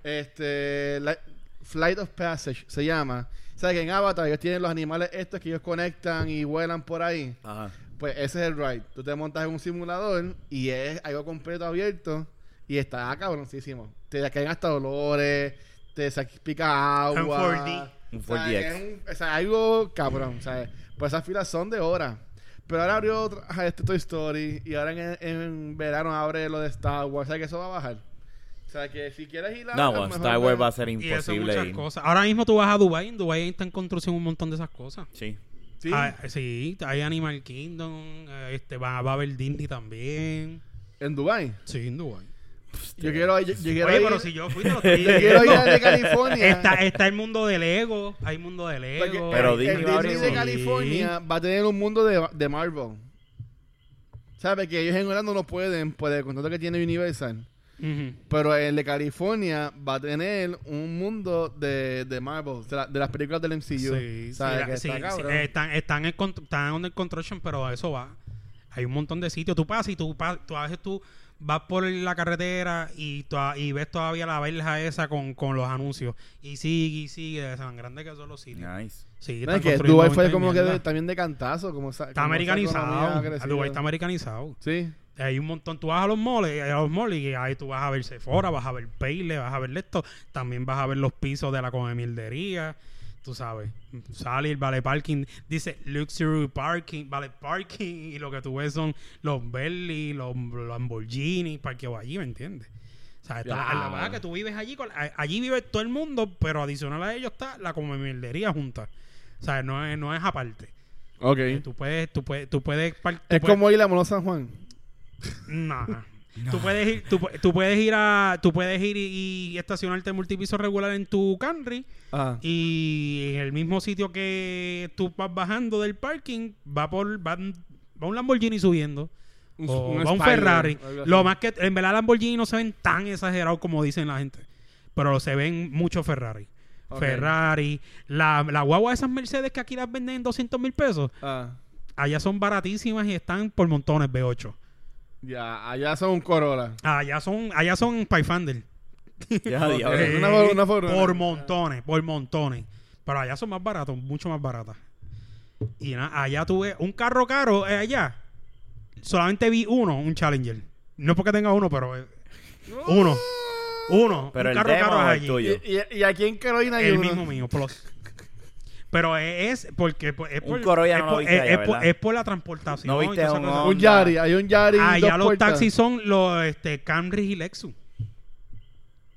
Este... la- Flight of Passage se llama. O sea que en Avatar ellos tienen los animales estos que ellos conectan y vuelan por ahí. Ajá. Pues ese es el ride. Tú te montas en un simulador y es algo completo abierto y está ah, cabroncísimo. Te caen hasta dolores, te sa- pica En agua. 4D. Un O sea, 4DX. es un- o sea, algo cabrón, ¿sabes? Pues esas filas son de horas. Pero ahora abrió otra, ajá, este Toy Story y ahora en, en verano abre lo de Star Wars. O sea que eso va a bajar. O sea que si quieres ir a. No, a lo bueno, mejor Star ve- Wars va a ser Y eso imposible. muchas ir. cosas. Ahora mismo tú vas a Dubai, en Dubai está en construcción un montón de esas cosas. Sí. Sí. Ah, sí, hay Animal Kingdom, eh, este, va, va a haber Disney también. En Dubai. Sí, en Dubai. Yo quiero, yo, yo quiero Oye, ir. pero si yo fui, te lo estoy yo quiero ir diciendo. al de California. Está, está el mundo del Lego, hay mundo del Porque Lego. Pero el, Disney el va a Disney abrir de uno. California va a tener un mundo de, de Marvel. ¿Sabes? Que ellos en Orlando no pueden por el contrato que tiene Universal. Ujú. Pero el de California va a tener un mundo de, de Marvel, de, la- de las películas del MCU. Sí, ¿Sabes? sí, Que está la- sí, sí, cabrón. eh, están, están, en, cont- están under construction, pero a eso va. Hay un montón de sitios. Tú pasas y tú, pa- tú haces tú vas por la carretera y, toa- y ves todavía la verja esa con, con los anuncios. Y sigue y sigue de tan grande que son los sitios. Nice. Sí, No, están es que construyendo Dubai un fue montón de como que de- mierda. también de cantazo. Como sa- está como esa economía ha americanizado. Ah, crecido. Dubai está americanizado. Sí. Hay un montón, tú vas a los moles, eh, a los moles y ahí tú vas a ver Sephora, vas a ver Payle, vas a ver esto, también vas a ver los pisos de la comemildería, tú sabes, sale el vale parking, dice luxury parking, vale parking y lo que tú ves son los Bentley, los Lamborghini, parqueos allí, ¿me entiendes? O sea, está, Ya. la verdad que tú vives allí, con, a- allí vive todo el mundo, pero adicional a ello está la comemildería junta, o sea, no es, no es aparte. Ok. Eh, Tú puedes, tú puedes, tú puedes, par- tú Es puedes- como ir a Mono San Juan. Nah. Tú puedes ir, tú, pu- tú puedes ir a, tú puedes ir y, y estacionarte en multipiso regular en tu Camry Ajá. y en el mismo sitio que tú vas bajando del parking va por, va, va un Lamborghini subiendo. Un- o un va un Spider, Ferrari. algo así. Lo más que en verdad Lamborghini no se ven tan exagerados como dicen la gente, pero se ven muchos Ferrari. Ok. Ferrari, la, la guagua de esas Mercedes que aquí las venden en 200 mil pesos, Ah. allá son baratísimas y están por montones B8. Ya, allá son un Corolla. Allá son, allá son Paifander. Ya, Ok. diablo. una for- una for- por montones, por montones. Pero allá son más baratos, mucho más baratas. Y nada, allá tuve un carro caro, eh, allá. Solamente vi uno, un Challenger. No es porque tenga uno, pero eh, uno. Oh. Uno. Pero el un carro tema caro o es el allí. tuyo. Y, y- y aquí en Carolina hay El uno. mismo mío, plus. Pero es es porque pues, es Un por, Corolla es, no lo por, viste es- allá, es por- ¿verdad? es por la transportación. No y viste todas esas un cosas. Un Yari, hay un Yari. Allá dos Ah, los puertas. taxis son los este, Camry y Lexus.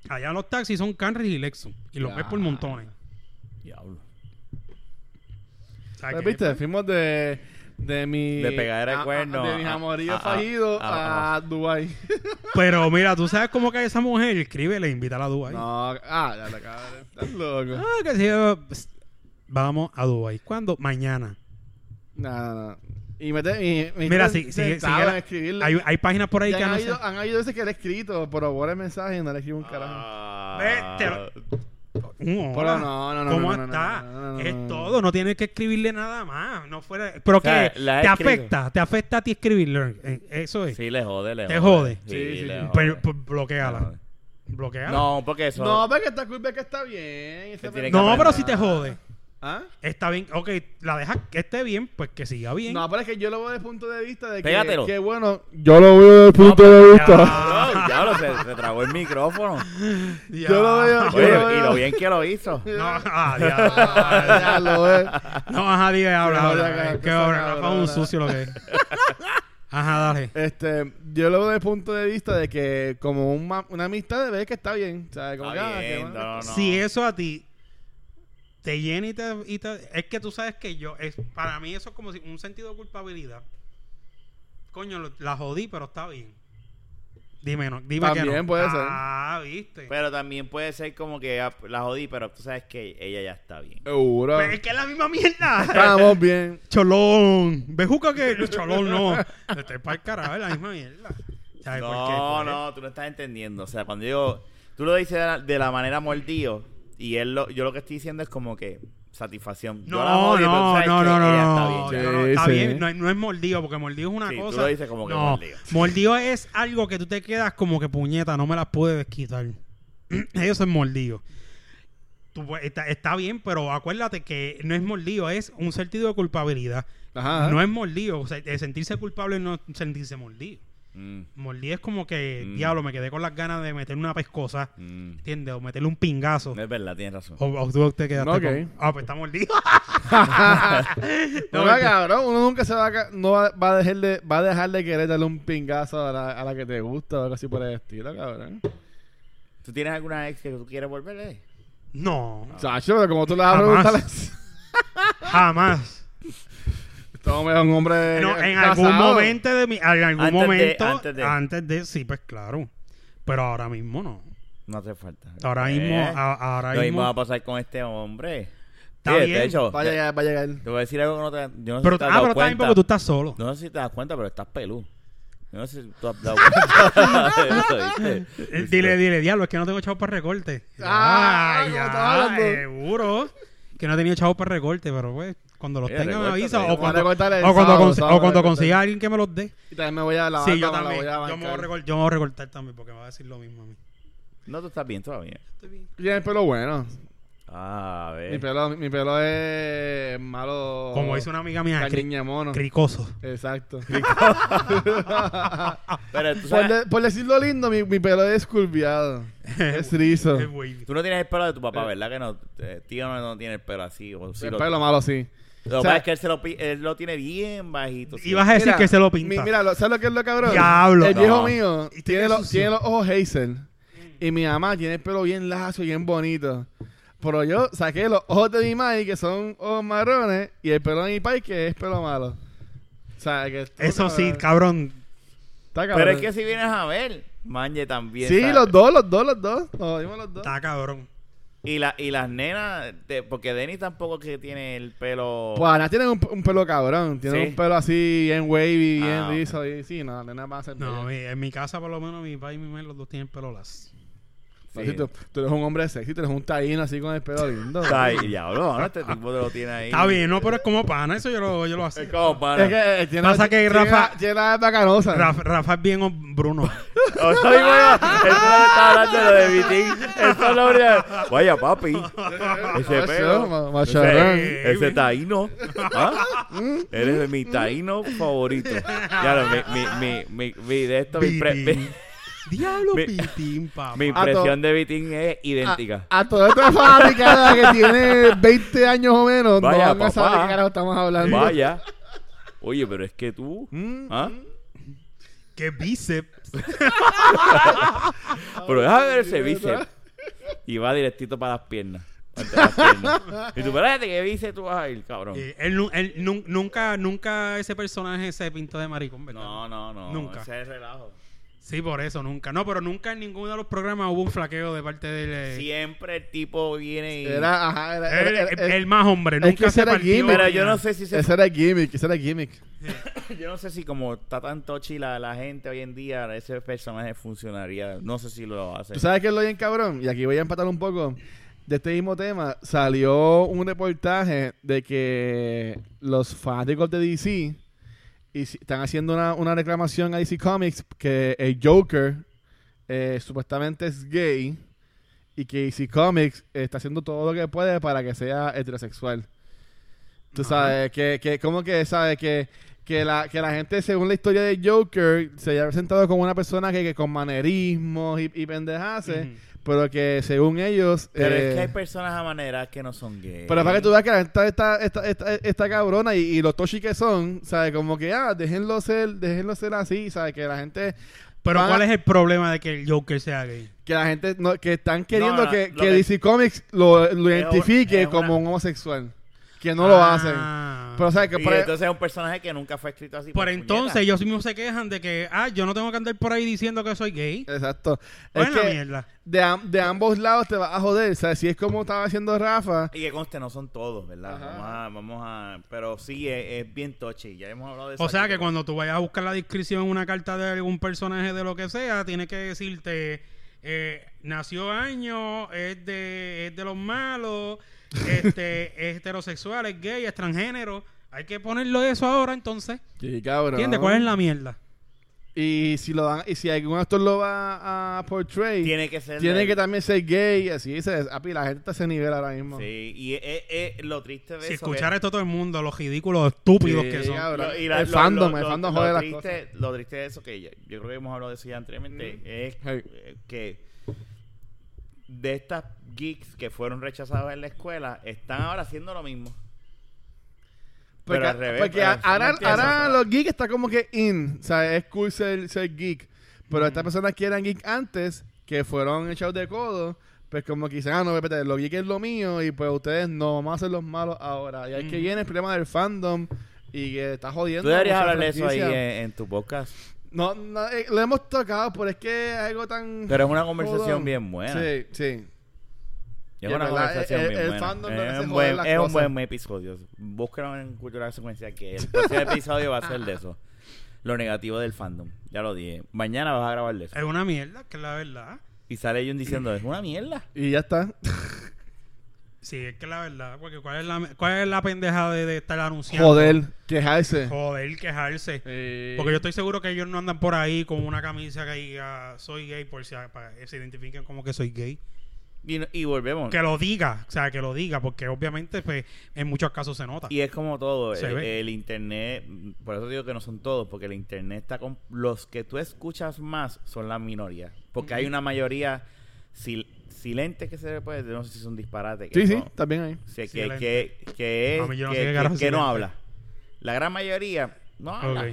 Allá los taxis son Camry y Lexus. Y los Ya. ves por montones. Diablo. O sea Pues, que- ¿Viste? Fuimos de, de mi. De pegadera de a- a- cuerno, De mis a- amoríos a- a- fallidos a- a- a, Dubai. Pero mira, tú sabes cómo cae esa mujer. Escríbele, invítala a Dubai. No, ah, ya te cabrón. Estás loco. Ah, que sí, eh, pst, Vamos a Dubai. ¿Cuándo? Mañana. No, no, no. Y me, te- y- me Mira, te- si, te sigue, sigue tardan en la- escribirle. hay, hay páginas por ahí Y que han, no habido, sé- han habido veces que le he escrito, pero borra el mensaje y no le escribo un carajo. Ah, Un Pero hola. no, no, no, ¿Cómo no, no, no, está? no, no, no, es no, no. todo. No tienes que escribirle nada más. No fuera... Pero que sea, la he te escrito. afecta. Te afecta a ti escribirle. Eh, Eso es. Sí, le jode, le jode. Te jode. Sí, Sí, sí, le sí. jode. Pero, pues, Le bloqueala. jode. Bloqueala. No, No, porque eso. No, pero que está cool, ve que está bien. Ese tiene pendejo. que pero aprender. si te jode. ¿Ah? Está bien. Ok, la dejas que esté bien, pues que siga bien. No, pero es que yo lo veo desde el punto de vista de que, Pégatelo. que bueno, yo lo veo desde el punto de vista. Cabrón, diablo, se, se tragó el micrófono. Ya. Yo lo veo- Oye, Yo lo y veo. lo bien que lo hizo. No, ah, diablo. Ah, ya lo es. No, ajá, diga, habla, No, habla. ya, ya, Es que cosa ahora cabrona, Rafa es un ¿verdad? sucio lo que es. Ajá, dale. Este, yo lo veo desde el punto de vista de que como un ma- una amistad de ver que está bien. ¿sabes? Como que, Está ah, qué bien, bueno. no, no. Si eso a ti te llena y te, y te- Es que tú sabes que yo... Es, para mí eso es como si un sentido de culpabilidad. Coño, lo- la jodí, pero está bien. Dime, no, dime que no. También puede ser. Ah, viste. Pero también puede ser como que ah, la jodí, pero tú sabes que ella ya está bien. Seguro. Pero Pues es que es la misma mierda. Estamos bien. Cholón. Bejuca que... no, Cholón, no. Estoy para el carajo, es la misma mierda. ¿Sabes por qué? Pues, No, Por el- no, tú no estás entendiendo. O sea, cuando yo. Tú lo dices de la, de la manera mordido. Y él lo, yo lo que estoy diciendo es como que satisfacción. Yo No, la jodí, pero tú no, sabes no, que no, ella no, está bien. ya. no, no, está Sí, sí. bien, no, es- no es mordido, porque mordido es una Sí, tú cosa. lo dices como que no, mordido. mordido es algo que tú te quedas como que puñeta, no me las pude desquitar. Eso es mordido. Tú pu- está, está bien, pero acuérdate que no es mordido, es un sentido de culpabilidad. Ajá. No es mordido, o sea, de sentirse culpable no es sentirse mordido. Mm, Mordido es como que, Mm. diablo, me quedé con las ganas de meterle una pescosa, mm. ¿entiendes? O meterle un pingazo. No es verdad, tienes razón. O, o tú te quedaste Ok. con- Ah, pues está mordido. No, No, no, cabrón, uno nunca se va a, ca- no va, va a dejar de, va a dejar de querer darle un pingazo a la, a la que te gusta o algo así por el estilo, cabrón. ¿Tú tienes alguna ex que tú quieres eh? volverle? No, Sacho, pero como tú le vas a Jamás. preguntar así. jamás. Este hombre es un hombre No, en casado. algún momento de mi, en algún Antes de- momento, antes de. antes de, sí, pues claro. Pero ahora mismo no. No hace falta. Ahora mismo, Eh, a- ahora Lo mismo va mismo. a pasar con este hombre. Está Sí, bien. De hecho, Va a te, llegar, va a llegar. te voy a decir algo que no te. Yo no sé Pero, si te has ah, dado pero también cuenta. porque tú estás solo. No sé si te das cuenta, pero estás pelú. Yo no sé si tú has dado cuenta. de eso, ¿viste? Eh, Dile, dile, diablo, es que no tengo chavo para recorte. Ah, Ay, ¿cómo ya, estás hablando? seguro. Que no he tenido chavo para recorte, pero pues, cuando los Oye, tenga me recórtate, avisa. Eh, vamos O a cuando, recortar el o cuando, sábado, consi- sábado, o cuando recortar. consiga alguien que me los dé. Y también me voy a lavar. sí, yo me Ah, la también. voy a Yo me, voy a bancar. recor- yo me voy a recortar también porque me va a decir lo mismo a mí. No, tú estás bien todavía. Estoy bien. Tiene el pelo bueno. Ah, a Mi, ver. pelo, mi pelo es malo. Como dice una amiga mía, cri- Carniña mono. cricoso. Exacto. Pero tú, por, sabes, de- por decirlo lindo, mi, mi pelo es curviado. es rizo. Es el wavy. tú no tienes el pelo de tu papá, ¿verdad? Que no. eh, Tío no, no tiene el pelo así. O sí lo, pelo malo, sí. lo que o sea- pasa es que él, se lo, pi- él lo tiene bien bajito. sí. Ibas a decir Mira, que se lo pinta. mi- mira, lo- ¿sabes lo que es lo cabrón? Diablo. El No. viejo mío Y tiene tiene, los- sucio. tiene los ojos hazel. Y mi mamá tiene el pelo bien lacio, bien bonito. Pero yo saqué los ojos de mi madre, que son ojos marrones, y el pelo de mi pai, que es pelo malo. O sea, que... Eso sí, está cabrón. cabrón. Pero es que si vienes a ver, Manje también. Sí, sabe. los dos, los dos, los dos. Nos dimos los dos. Está cabrón. Y, la, y las nenas, de- porque Denny tampoco es que tiene el pelo. Pues Ana tiene un, un pelo cabrón. Tiene Sí. un pelo así, bien wavy, bien Ah, liso. Y, sí, no, la nena va a ser. bella. No, mi- en mi casa por lo menos mi papá y mi mamá los dos tienen pelo lacio. No, Sí. si tú, tú eres un hombre sexy, tú eres un taíno así con el pelo lindo. Está ahí, diablo, ¿no? Este tipo lo tiene ahí. Está bien, no, pero es como pana, eso yo lo, yo lo Es acepto. como pana. Es que eh, tiene Pasa que tiene Rafa- la- Tiene la bacanosa. Rafa, Rafa es bien ob- Bruno. O sea, oye, vaya, Eso no está hablando de lo de Vitín. Eso no habría- Vaya, papi. Ese Macho, ma- pelo. macharrán. Ese, ese taíno. ¿Ah? Eres de mi taíno favorito. Claro, mi, mi, mi, mi, mi- de esto, mi, pre- mi, Pitín. Diablo mi- pitín, papá. mi to- impresión de Vitín es A, idéntica. a toda esta fanaticada que tiene 20 años o menos, Vaya, no van a saber de papá. qué carajo estamos hablando. Vaya. Oye, pero es que tú. Ah, Mm, ¿Ah? Qué bíceps. Pero déjame ver ese bíceps. Y va directito para las piernas. Entre las piernas. Y tú, espérate, que bíceps tú vas a ir, cabrón? Eh, él, nu- él nun- nunca, nunca ese personaje se pintó de maricón, ¿verdad? No, no, no. Nunca. Ese es relajo. Sí, por eso, nunca. No, pero nunca en ninguno de los programas hubo un flaqueo de parte del... eh, Siempre el tipo viene y. Era, ajá, era, el, era- el- era- el más hombre, es que nunca se será partió. gimmick. Pero yo no sé si se. ese era el gimmick, ese era el gimmick. Yo no sé si, como está tan tochi la, la gente hoy en día, ese personaje funcionaría. No sé si lo hace. ¿Tú sabes qué es lo bien cabrón? Y aquí voy a empatar un poco. De este mismo tema salió un reportaje de que los fanáticos de DC hici- están haciendo una, una reclamación a DC Comics que el Joker eh, supuestamente es gay y que DC Comics eh, está haciendo todo lo que puede para que sea heterosexual. Tú sabes, que, que como que, sabes, que, que, la, que la gente, según la historia de Joker, se haya presentado como una persona que, que con manerismos y, y pendejaces, Ujú. pero que según ellos... Pero eh, es que hay Eh. personas a manera que no son gays. pero para que tú veas que la gente está, está, está- está cabrona y, y los toshi que son, ¿sabes? Como que, ah, déjenlo ser, déjenlo ser así, ¿sabes? Que la gente, Pero Van a- ¿cuál es el problema de que el Joker sea gay? que la gente, no- que están queriendo No, no, que, lo que que- DC Comics lo, lo Es un- identifique es una- como un homosexual, que no lo hacen. Ah. Pero, ¿sabes? Que Y por- e- entonces es un personaje que nunca fue escrito así. Por pues, entonces puñeta. ellos mismos se quejan de que, ah, yo no tengo que andar por ahí diciendo que soy gay. Exacto. Bueno, es que, mierda. de, am- de ambos lados te vas a joder. O sea, si es como estaba haciendo Rafa, Y que conste, no son todos, ¿verdad? Vamos a, vamos a- Pero sí, e, es, es bien tochi. Ya hemos hablado de eso. O sea aquí, que pero- cuando tú vayas a buscar la descripción en una carta de algún personaje de lo que sea, tienes que decirte, eh, nació año, es de, es de los malos, este, es heterosexual, es gay, es transgénero. Hay que ponerlo eso ahora entonces. sí, cabrón. ¿Entiendes? ¿Cuál es la mierda? Y si lo dan, y si algún actor lo va a portray, tiene, Tiene que ser. que también ser gay, así se api, la gente está a ese nivel ahora mismo. Sí, y es, es- lo triste de Si eso. escuchar que- esto todo el mundo, los ridículos estúpidos Sí, que son. cabrón. Lo- y la- el lo- fandom, lo- el lo- fandom lo jode las cosas. triste, Lo triste de eso que yo, yo creo que hemos hablado de eso ya Mm. anteriormente es Hey. eh, que de estas geeks que fueron rechazadas en la escuela están ahora haciendo lo mismo. Porque, al revés, porque pero a- eso no ahora, entiendo. ahora los geeks está como que in. O sea, es cool ser, ser geek. Pero estas personas que eran geek antes, que fueron echados de codo, pues como que dicen, ah, no, espérate, los geeks es lo mío y pues ustedes no, vamos a ser los malos ahora. Y ahí es que Mm. viene el problema del fandom y que está jodiendo. Tú deberías mucho la hablar de eso ahí en, franquicia. en tu podcast. No, no, eh, lo hemos tocado, pero es que es algo tan... Pero es una conversación jodón. bien buena. Sí, sí. Es Y una en verdad, conversación el- bien el buena. fandom no es hace un joder buen, las es un cosas. buen episodio. Búsquenlo en Cultura Secuencia que el próximo episodio va a ser de eso. Lo negativo del fandom. Ya lo dije. Mañana vas a grabar de eso. Eh. Es una mierda, que es la verdad. Y sale Jun diciendo, es una mierda. Y ya está. Sí, es que es la verdad. Porque ¿cuál es la, cuál es la pendeja de, de estar anunciando? Joder, quejarse. Joder, quejarse. Eh, Porque yo estoy seguro que ellos no andan por ahí con una camisa que diga soy gay por si a- para que se identifiquen como que soy gay. Y, no- y volvemos. Que lo diga, o sea, que lo diga, porque obviamente pues, en muchos casos se nota. Y es como todo, Se el, ve. el internet, por eso digo que no son todos, porque el internet está con los que tú escuchas más son la minoría, porque hay una mayoría sil- silente que se le puede, no sé si son disparates. que Sí, sí, son- también ahí. o sea, que, Silente. que, que es- Mami, yo no que- sé qué que- carajo es que no silente. habla. La gran mayoría no habla. Ok.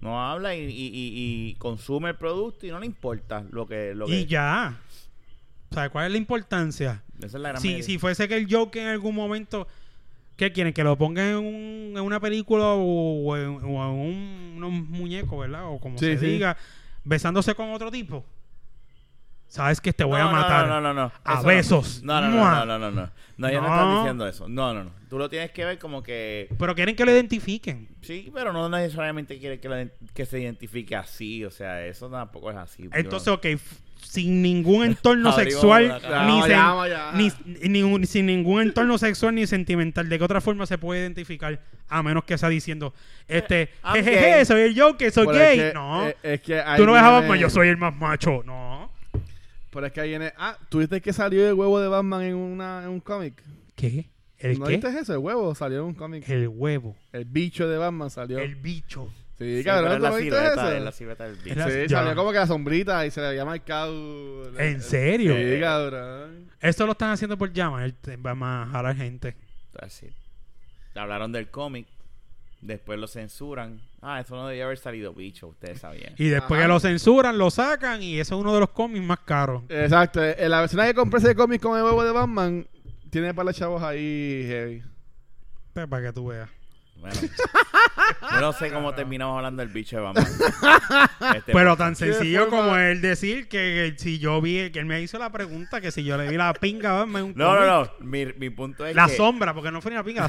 No habla y, y- y- y consume el producto y no le importa lo que... Lo que Y ya. O sea, ¿cuál es la importancia? Esa es la gran si, mayoría. si fuese que el Joker en algún momento, ¿qué quieren? Que lo pongan en, un- en una película o, o en, o en un, unos muñecos, ¿verdad? O como Sí, se sí. diga, besándose con otro tipo. Sabes que te voy No, a no, matar. No, no, no. no. A Eso no. besos. No, no, ¡Mua! no, no, no, no. No, no ellos no No. están diciendo eso. No, no, no. Tú lo tienes que ver como que. Pero quieren que lo identifiquen. Sí, pero no necesariamente quiere que, la- que se identifique así. O sea, eso tampoco es así. yo- Entonces, ok, f- sin ningún entorno Abrimos sexual, una caja. ni, Vamos sen- allá, vamos allá. ni- ni un- sin ningún entorno sexual ni sentimental, ¿de qué otra forma se puede identificar? A menos que sea diciendo, Eh, este, I'm jejeje, gay. soy el Joker, soy Pero gay. es que- no, eh, es que ahí tú no ves a viene- Batman, yo soy el más macho. No. Pero es que ahí viene. Ah, ¿tú viste que salió el huevo de Batman en, una, en un cómic? ¿Qué? ¿El ¿No qué? viste eso? El huevo salió en un cómic. El huevo, El bicho de Batman salió. el bicho. Sí, Sí, pero cabrón, es ¿tú la no viste silueta, es eso? la silueta del bicho. Es la- Sí, Ya. salió como que la sombrita y se le había marcado. el- ¿En el- serio? Eh, Sí, cabrón. Esto lo están haciendo por llamar, te- va a majar a gente. Así. Hablaron del cómic. Después lo censuran. Ah, eso no debía haber salido, bicho. Ustedes sabían. Y después Ajá. que lo censuran, lo sacan y eso es uno de los cómics más caros. Exacto. eh, La persona que compré ese cómic con el huevo de Batman tiene para los chavos ahí heavy. Pues, Para que tú veas. Bueno, yo no sé cómo terminamos hablando del bicho de Batman. Este Pero podcast. tan Sí, de sencillo forma- como él decir que, que si yo vi, que él me hizo la pregunta, que si yo le vi la pinga a Batman, un No, cómic. no, no. Mi, mi punto es La que... sombra, porque no fue ni la pinga, la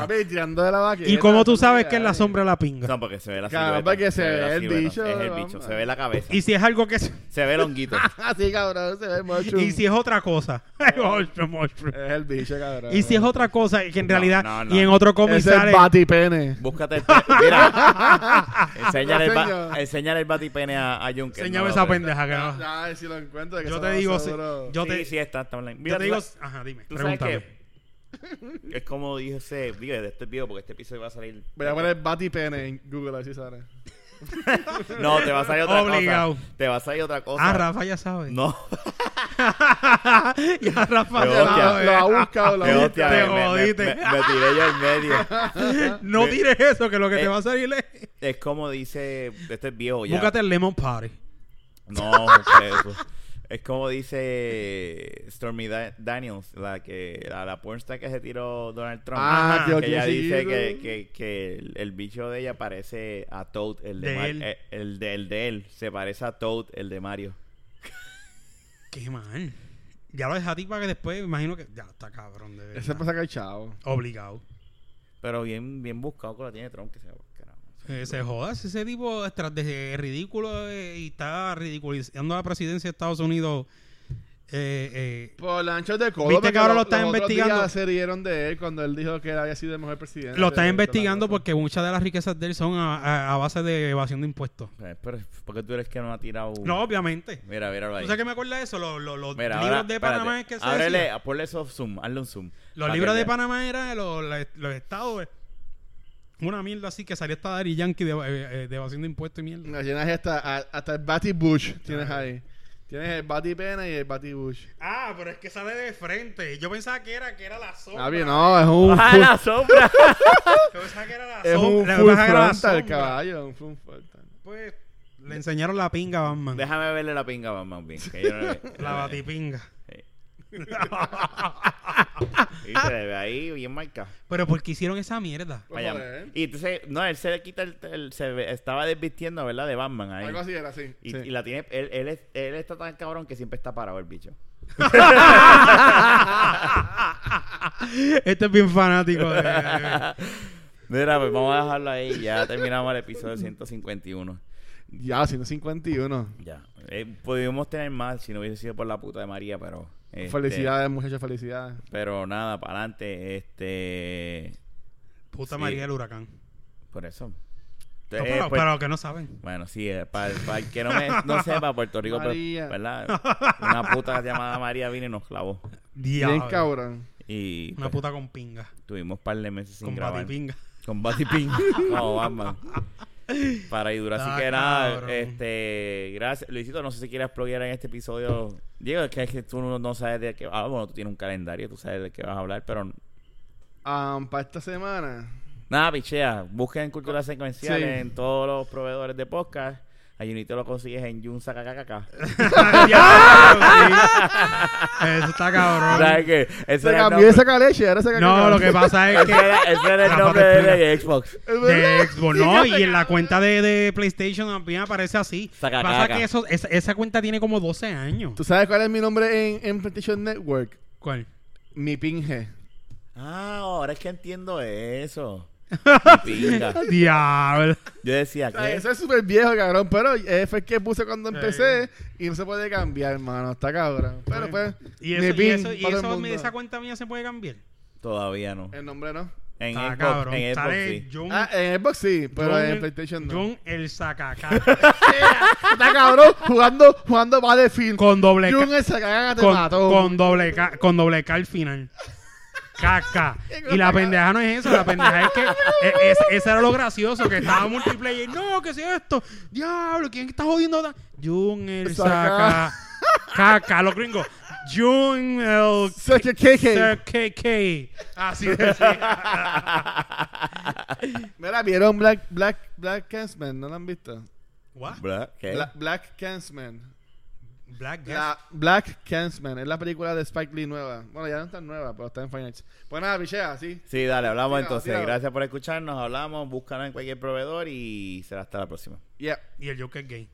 Papi, tirando de la vaquita. Ah. ¿Y cómo tú sabes que es en la sombra de la pinga? No, porque se ve la Claro, silueta. porque se ve la el silueta, bicho, Es el vamos. bicho. Se ve la cabeza. Y si es algo que... se- Se ve el honguito. Ah, sí, cabrón, se ve mucho. Y si es otra cosa. Mushroom, mushroom. Es el bicho, cabrón. y si es otra cosa, y que en No, realidad... no, no. Y en otro cómic Ese es sale... el batipene. Búscate el pe- Mira. enséñale, el Señor. ba- enséñale el batipene a, a Juncker. Enséñame no lo esa ve. pendeja que no. Ya, si lo encuentro. que Yo se te va digo... si- seguro. Yo te, Sí, sí, está. está online. yo Mira, te tú digo... sabes- Ajá, dime. Tú sabes Pregúntame. que... Es como dice... Digo, de este video, porque este episodio va a salir... Voy a poner batipene en Google, a ver si sale. No, te va a salir otra Obligado. cosa. Te va a salir otra cosa. Ah, Rafa ya sabe. No. ya Rafa Te ya hostia. Lo sabe. ha buscado, lo Te ha hostia, me, buscado. me- jodiste. me- me tiré yo en medio. No Me- tires eso, que lo que te Eh, va a salir es... Es como dice. Este es viejo ya. Búscate el Lemon Party. No, José, eso. Es como dice Stormy Da- Daniels, la que la, la pornstar que se tiró Donald Trump. Ah, Ajá, que que ella dice que, que... que, que el, el bicho de ella parece a Toad, el de, De Mar- él. eh, El, de, el de él. Se parece a Toad, el de Mario. Qué mal. Ya lo dejé a ti para que después, me imagino que. Ya está cabrón, de verdad. Ese pasa que el chavo. Obligado. Pero bien, bien buscado que lo tiene Trump, que se va a carajo. Eh, se joda si ese tipo es tras de- es ridículo eh, y está ridiculizando a la presidencia de Estados Unidos. Eh, eh, Por lanchos de codo. ¿Viste porque que ahora lo los están otros investigando? días se rieron de él cuando él dijo que él había sido el mejor presidente. lo están de- de la investigando cosa. porque muchas de las riquezas de él son a, a- a base de evasión de impuestos. Eh, Pero, ¿por qué tú eres que no ha tirado? No, obviamente. Mira, míralo ahí. ¿Tú sabes qué me acuerda de eso? Los, los- los Mira, libros ahora, de espérate. Panamá es que se Ábrele, decía. ponle eso zoom, hazle un zoom. Los Pa' libros que de vea. Panamá eran los, los- los estados. eh, Una mierda así que salió hasta Dari Yankee de, eh, eh, de evasión de impuestos y mierda. No, tienes hasta, a- hasta el Batty Bush tienes ahí. Tienes el Batty Pena y el Batty Bush. Ah, pero es que sale de frente. Yo pensaba que era, que era la sombra. Ah, bien, no, es un. ¡Ah, full- la sombra! Yo pensaba que era la es un sombra. Yo full pensaba que era la frontal, sombra. caballo. Un full frontal. Pues, le enseñaron la pinga a Batman. Déjame verle la pinga a Batman bien. Que yo no le- La batipinga. Y se le ve ahí bien marcado. Pero ¿por qué hicieron esa mierda? Pues, joder. Y entonces, no, él se le quita el. el- se ve- estaba desvistiendo, ¿verdad? De Batman ahí. Algo así era, sí. Y, sí. y la tiene. Él, él, es- él está tan cabrón que siempre está parado el bicho. Este es bien fanático. de- de- Mira, pues vamos a dejarlo ahí. Ya terminamos el episodio 151. Ya, 151. Ya. Eh, pudimos tener más si no hubiese sido por la puta de María, pero. este, Felicidades, muchachos, felicidades. Pero nada, para adelante. Este. Puta Sí. María del huracán. Eh, Por eso. No, Eh, pero, pues- para los que no saben. Bueno, sí, eh, para, para el que no, me, no sepa, Puerto Rico, pero- María. ¿verdad? Una puta llamada María vino y nos clavó. Bien Diablo. cabrón. Y Una pues, puta con pinga. tuvimos par de meses sin con grabar. batipinga. Con Batiping. Como Batman. Para y dura. Ah, Así que nada, cabrón. este, gracias. Luisito, no sé si quieres pluguear en este episodio. Diego, es que, es que tú no, no sabes de qué... Ah, bueno, tú tienes un calendario, tú sabes de qué vas a hablar, pero... Am, para esta semana. Nada, pichea. Busquen Cultura Secuencial Sí. en todos los proveedores de podcast. A Junito lo consigues en Jun Sacacacaca. Eso está cabrón. ¿Sabes qué? Ese Se era el cambió ese nombre- caleche, ahora se No, lo que pasa es ese que era- ese era el Rafa, nombre te de, de Xbox. de Xbox, no, y en la cuenta de, de PlayStation también aparece así. Saca Pasa caca. que eso, esa, esa cuenta tiene como 12 años. ¿Tú sabes cuál es mi nombre en, en PlayStation Network? ¿Cuál? Mi ¿Eh? pinge. Ah, ahora es que entiendo eso. Mi Pinga. Diablo. Yo decía O sea, que Eso es súper viejo, cabrón. Pero eh, fue el que puse cuando empecé y no se puede cambiar, hermano. Está cabrón. Pero pues. mi Y eso, y ping eso, y para todo el eso- mundo. esa cuenta mía se puede cambiar. todavía no. El nombre no. En Está Xbox, cabrón. en Xbox Sale sí. John, Ah, en Xbox sí, pero John- en PlayStation no. John el sacacaca. Está cabrón jugando, jugando Battlefield. con doble Jun K. esa cagada te Con, mató. con doble K. Con doble K al final. Caca. Y la pendeja no es eso. La pendeja es que. e- es- eso era lo gracioso. Que estaba multiplayer. No, que si esto. Diablo, ¿quién está jodiendo? tan-? Jun el Saca. saca. Caca, los gringos. Jun el Such a KK. KK. Así decía. Mira, vieron Black, Black, Black Kingsman, ¿no la han visto? What? Bla- ¿qué? Bla- Black Kingsman. Black Gas. La Black Kingsman es la película de Spike Lee nueva. Bueno, ya no está nueva, pero está en Finance. Pues nada, pichea, sí. Sí, dale, hablamos Tíralo, entonces. tíralo. Gracias por escucharnos, hablamos, búscanos en cualquier proveedor y será hasta la próxima. Yeah. Y el Joker gay.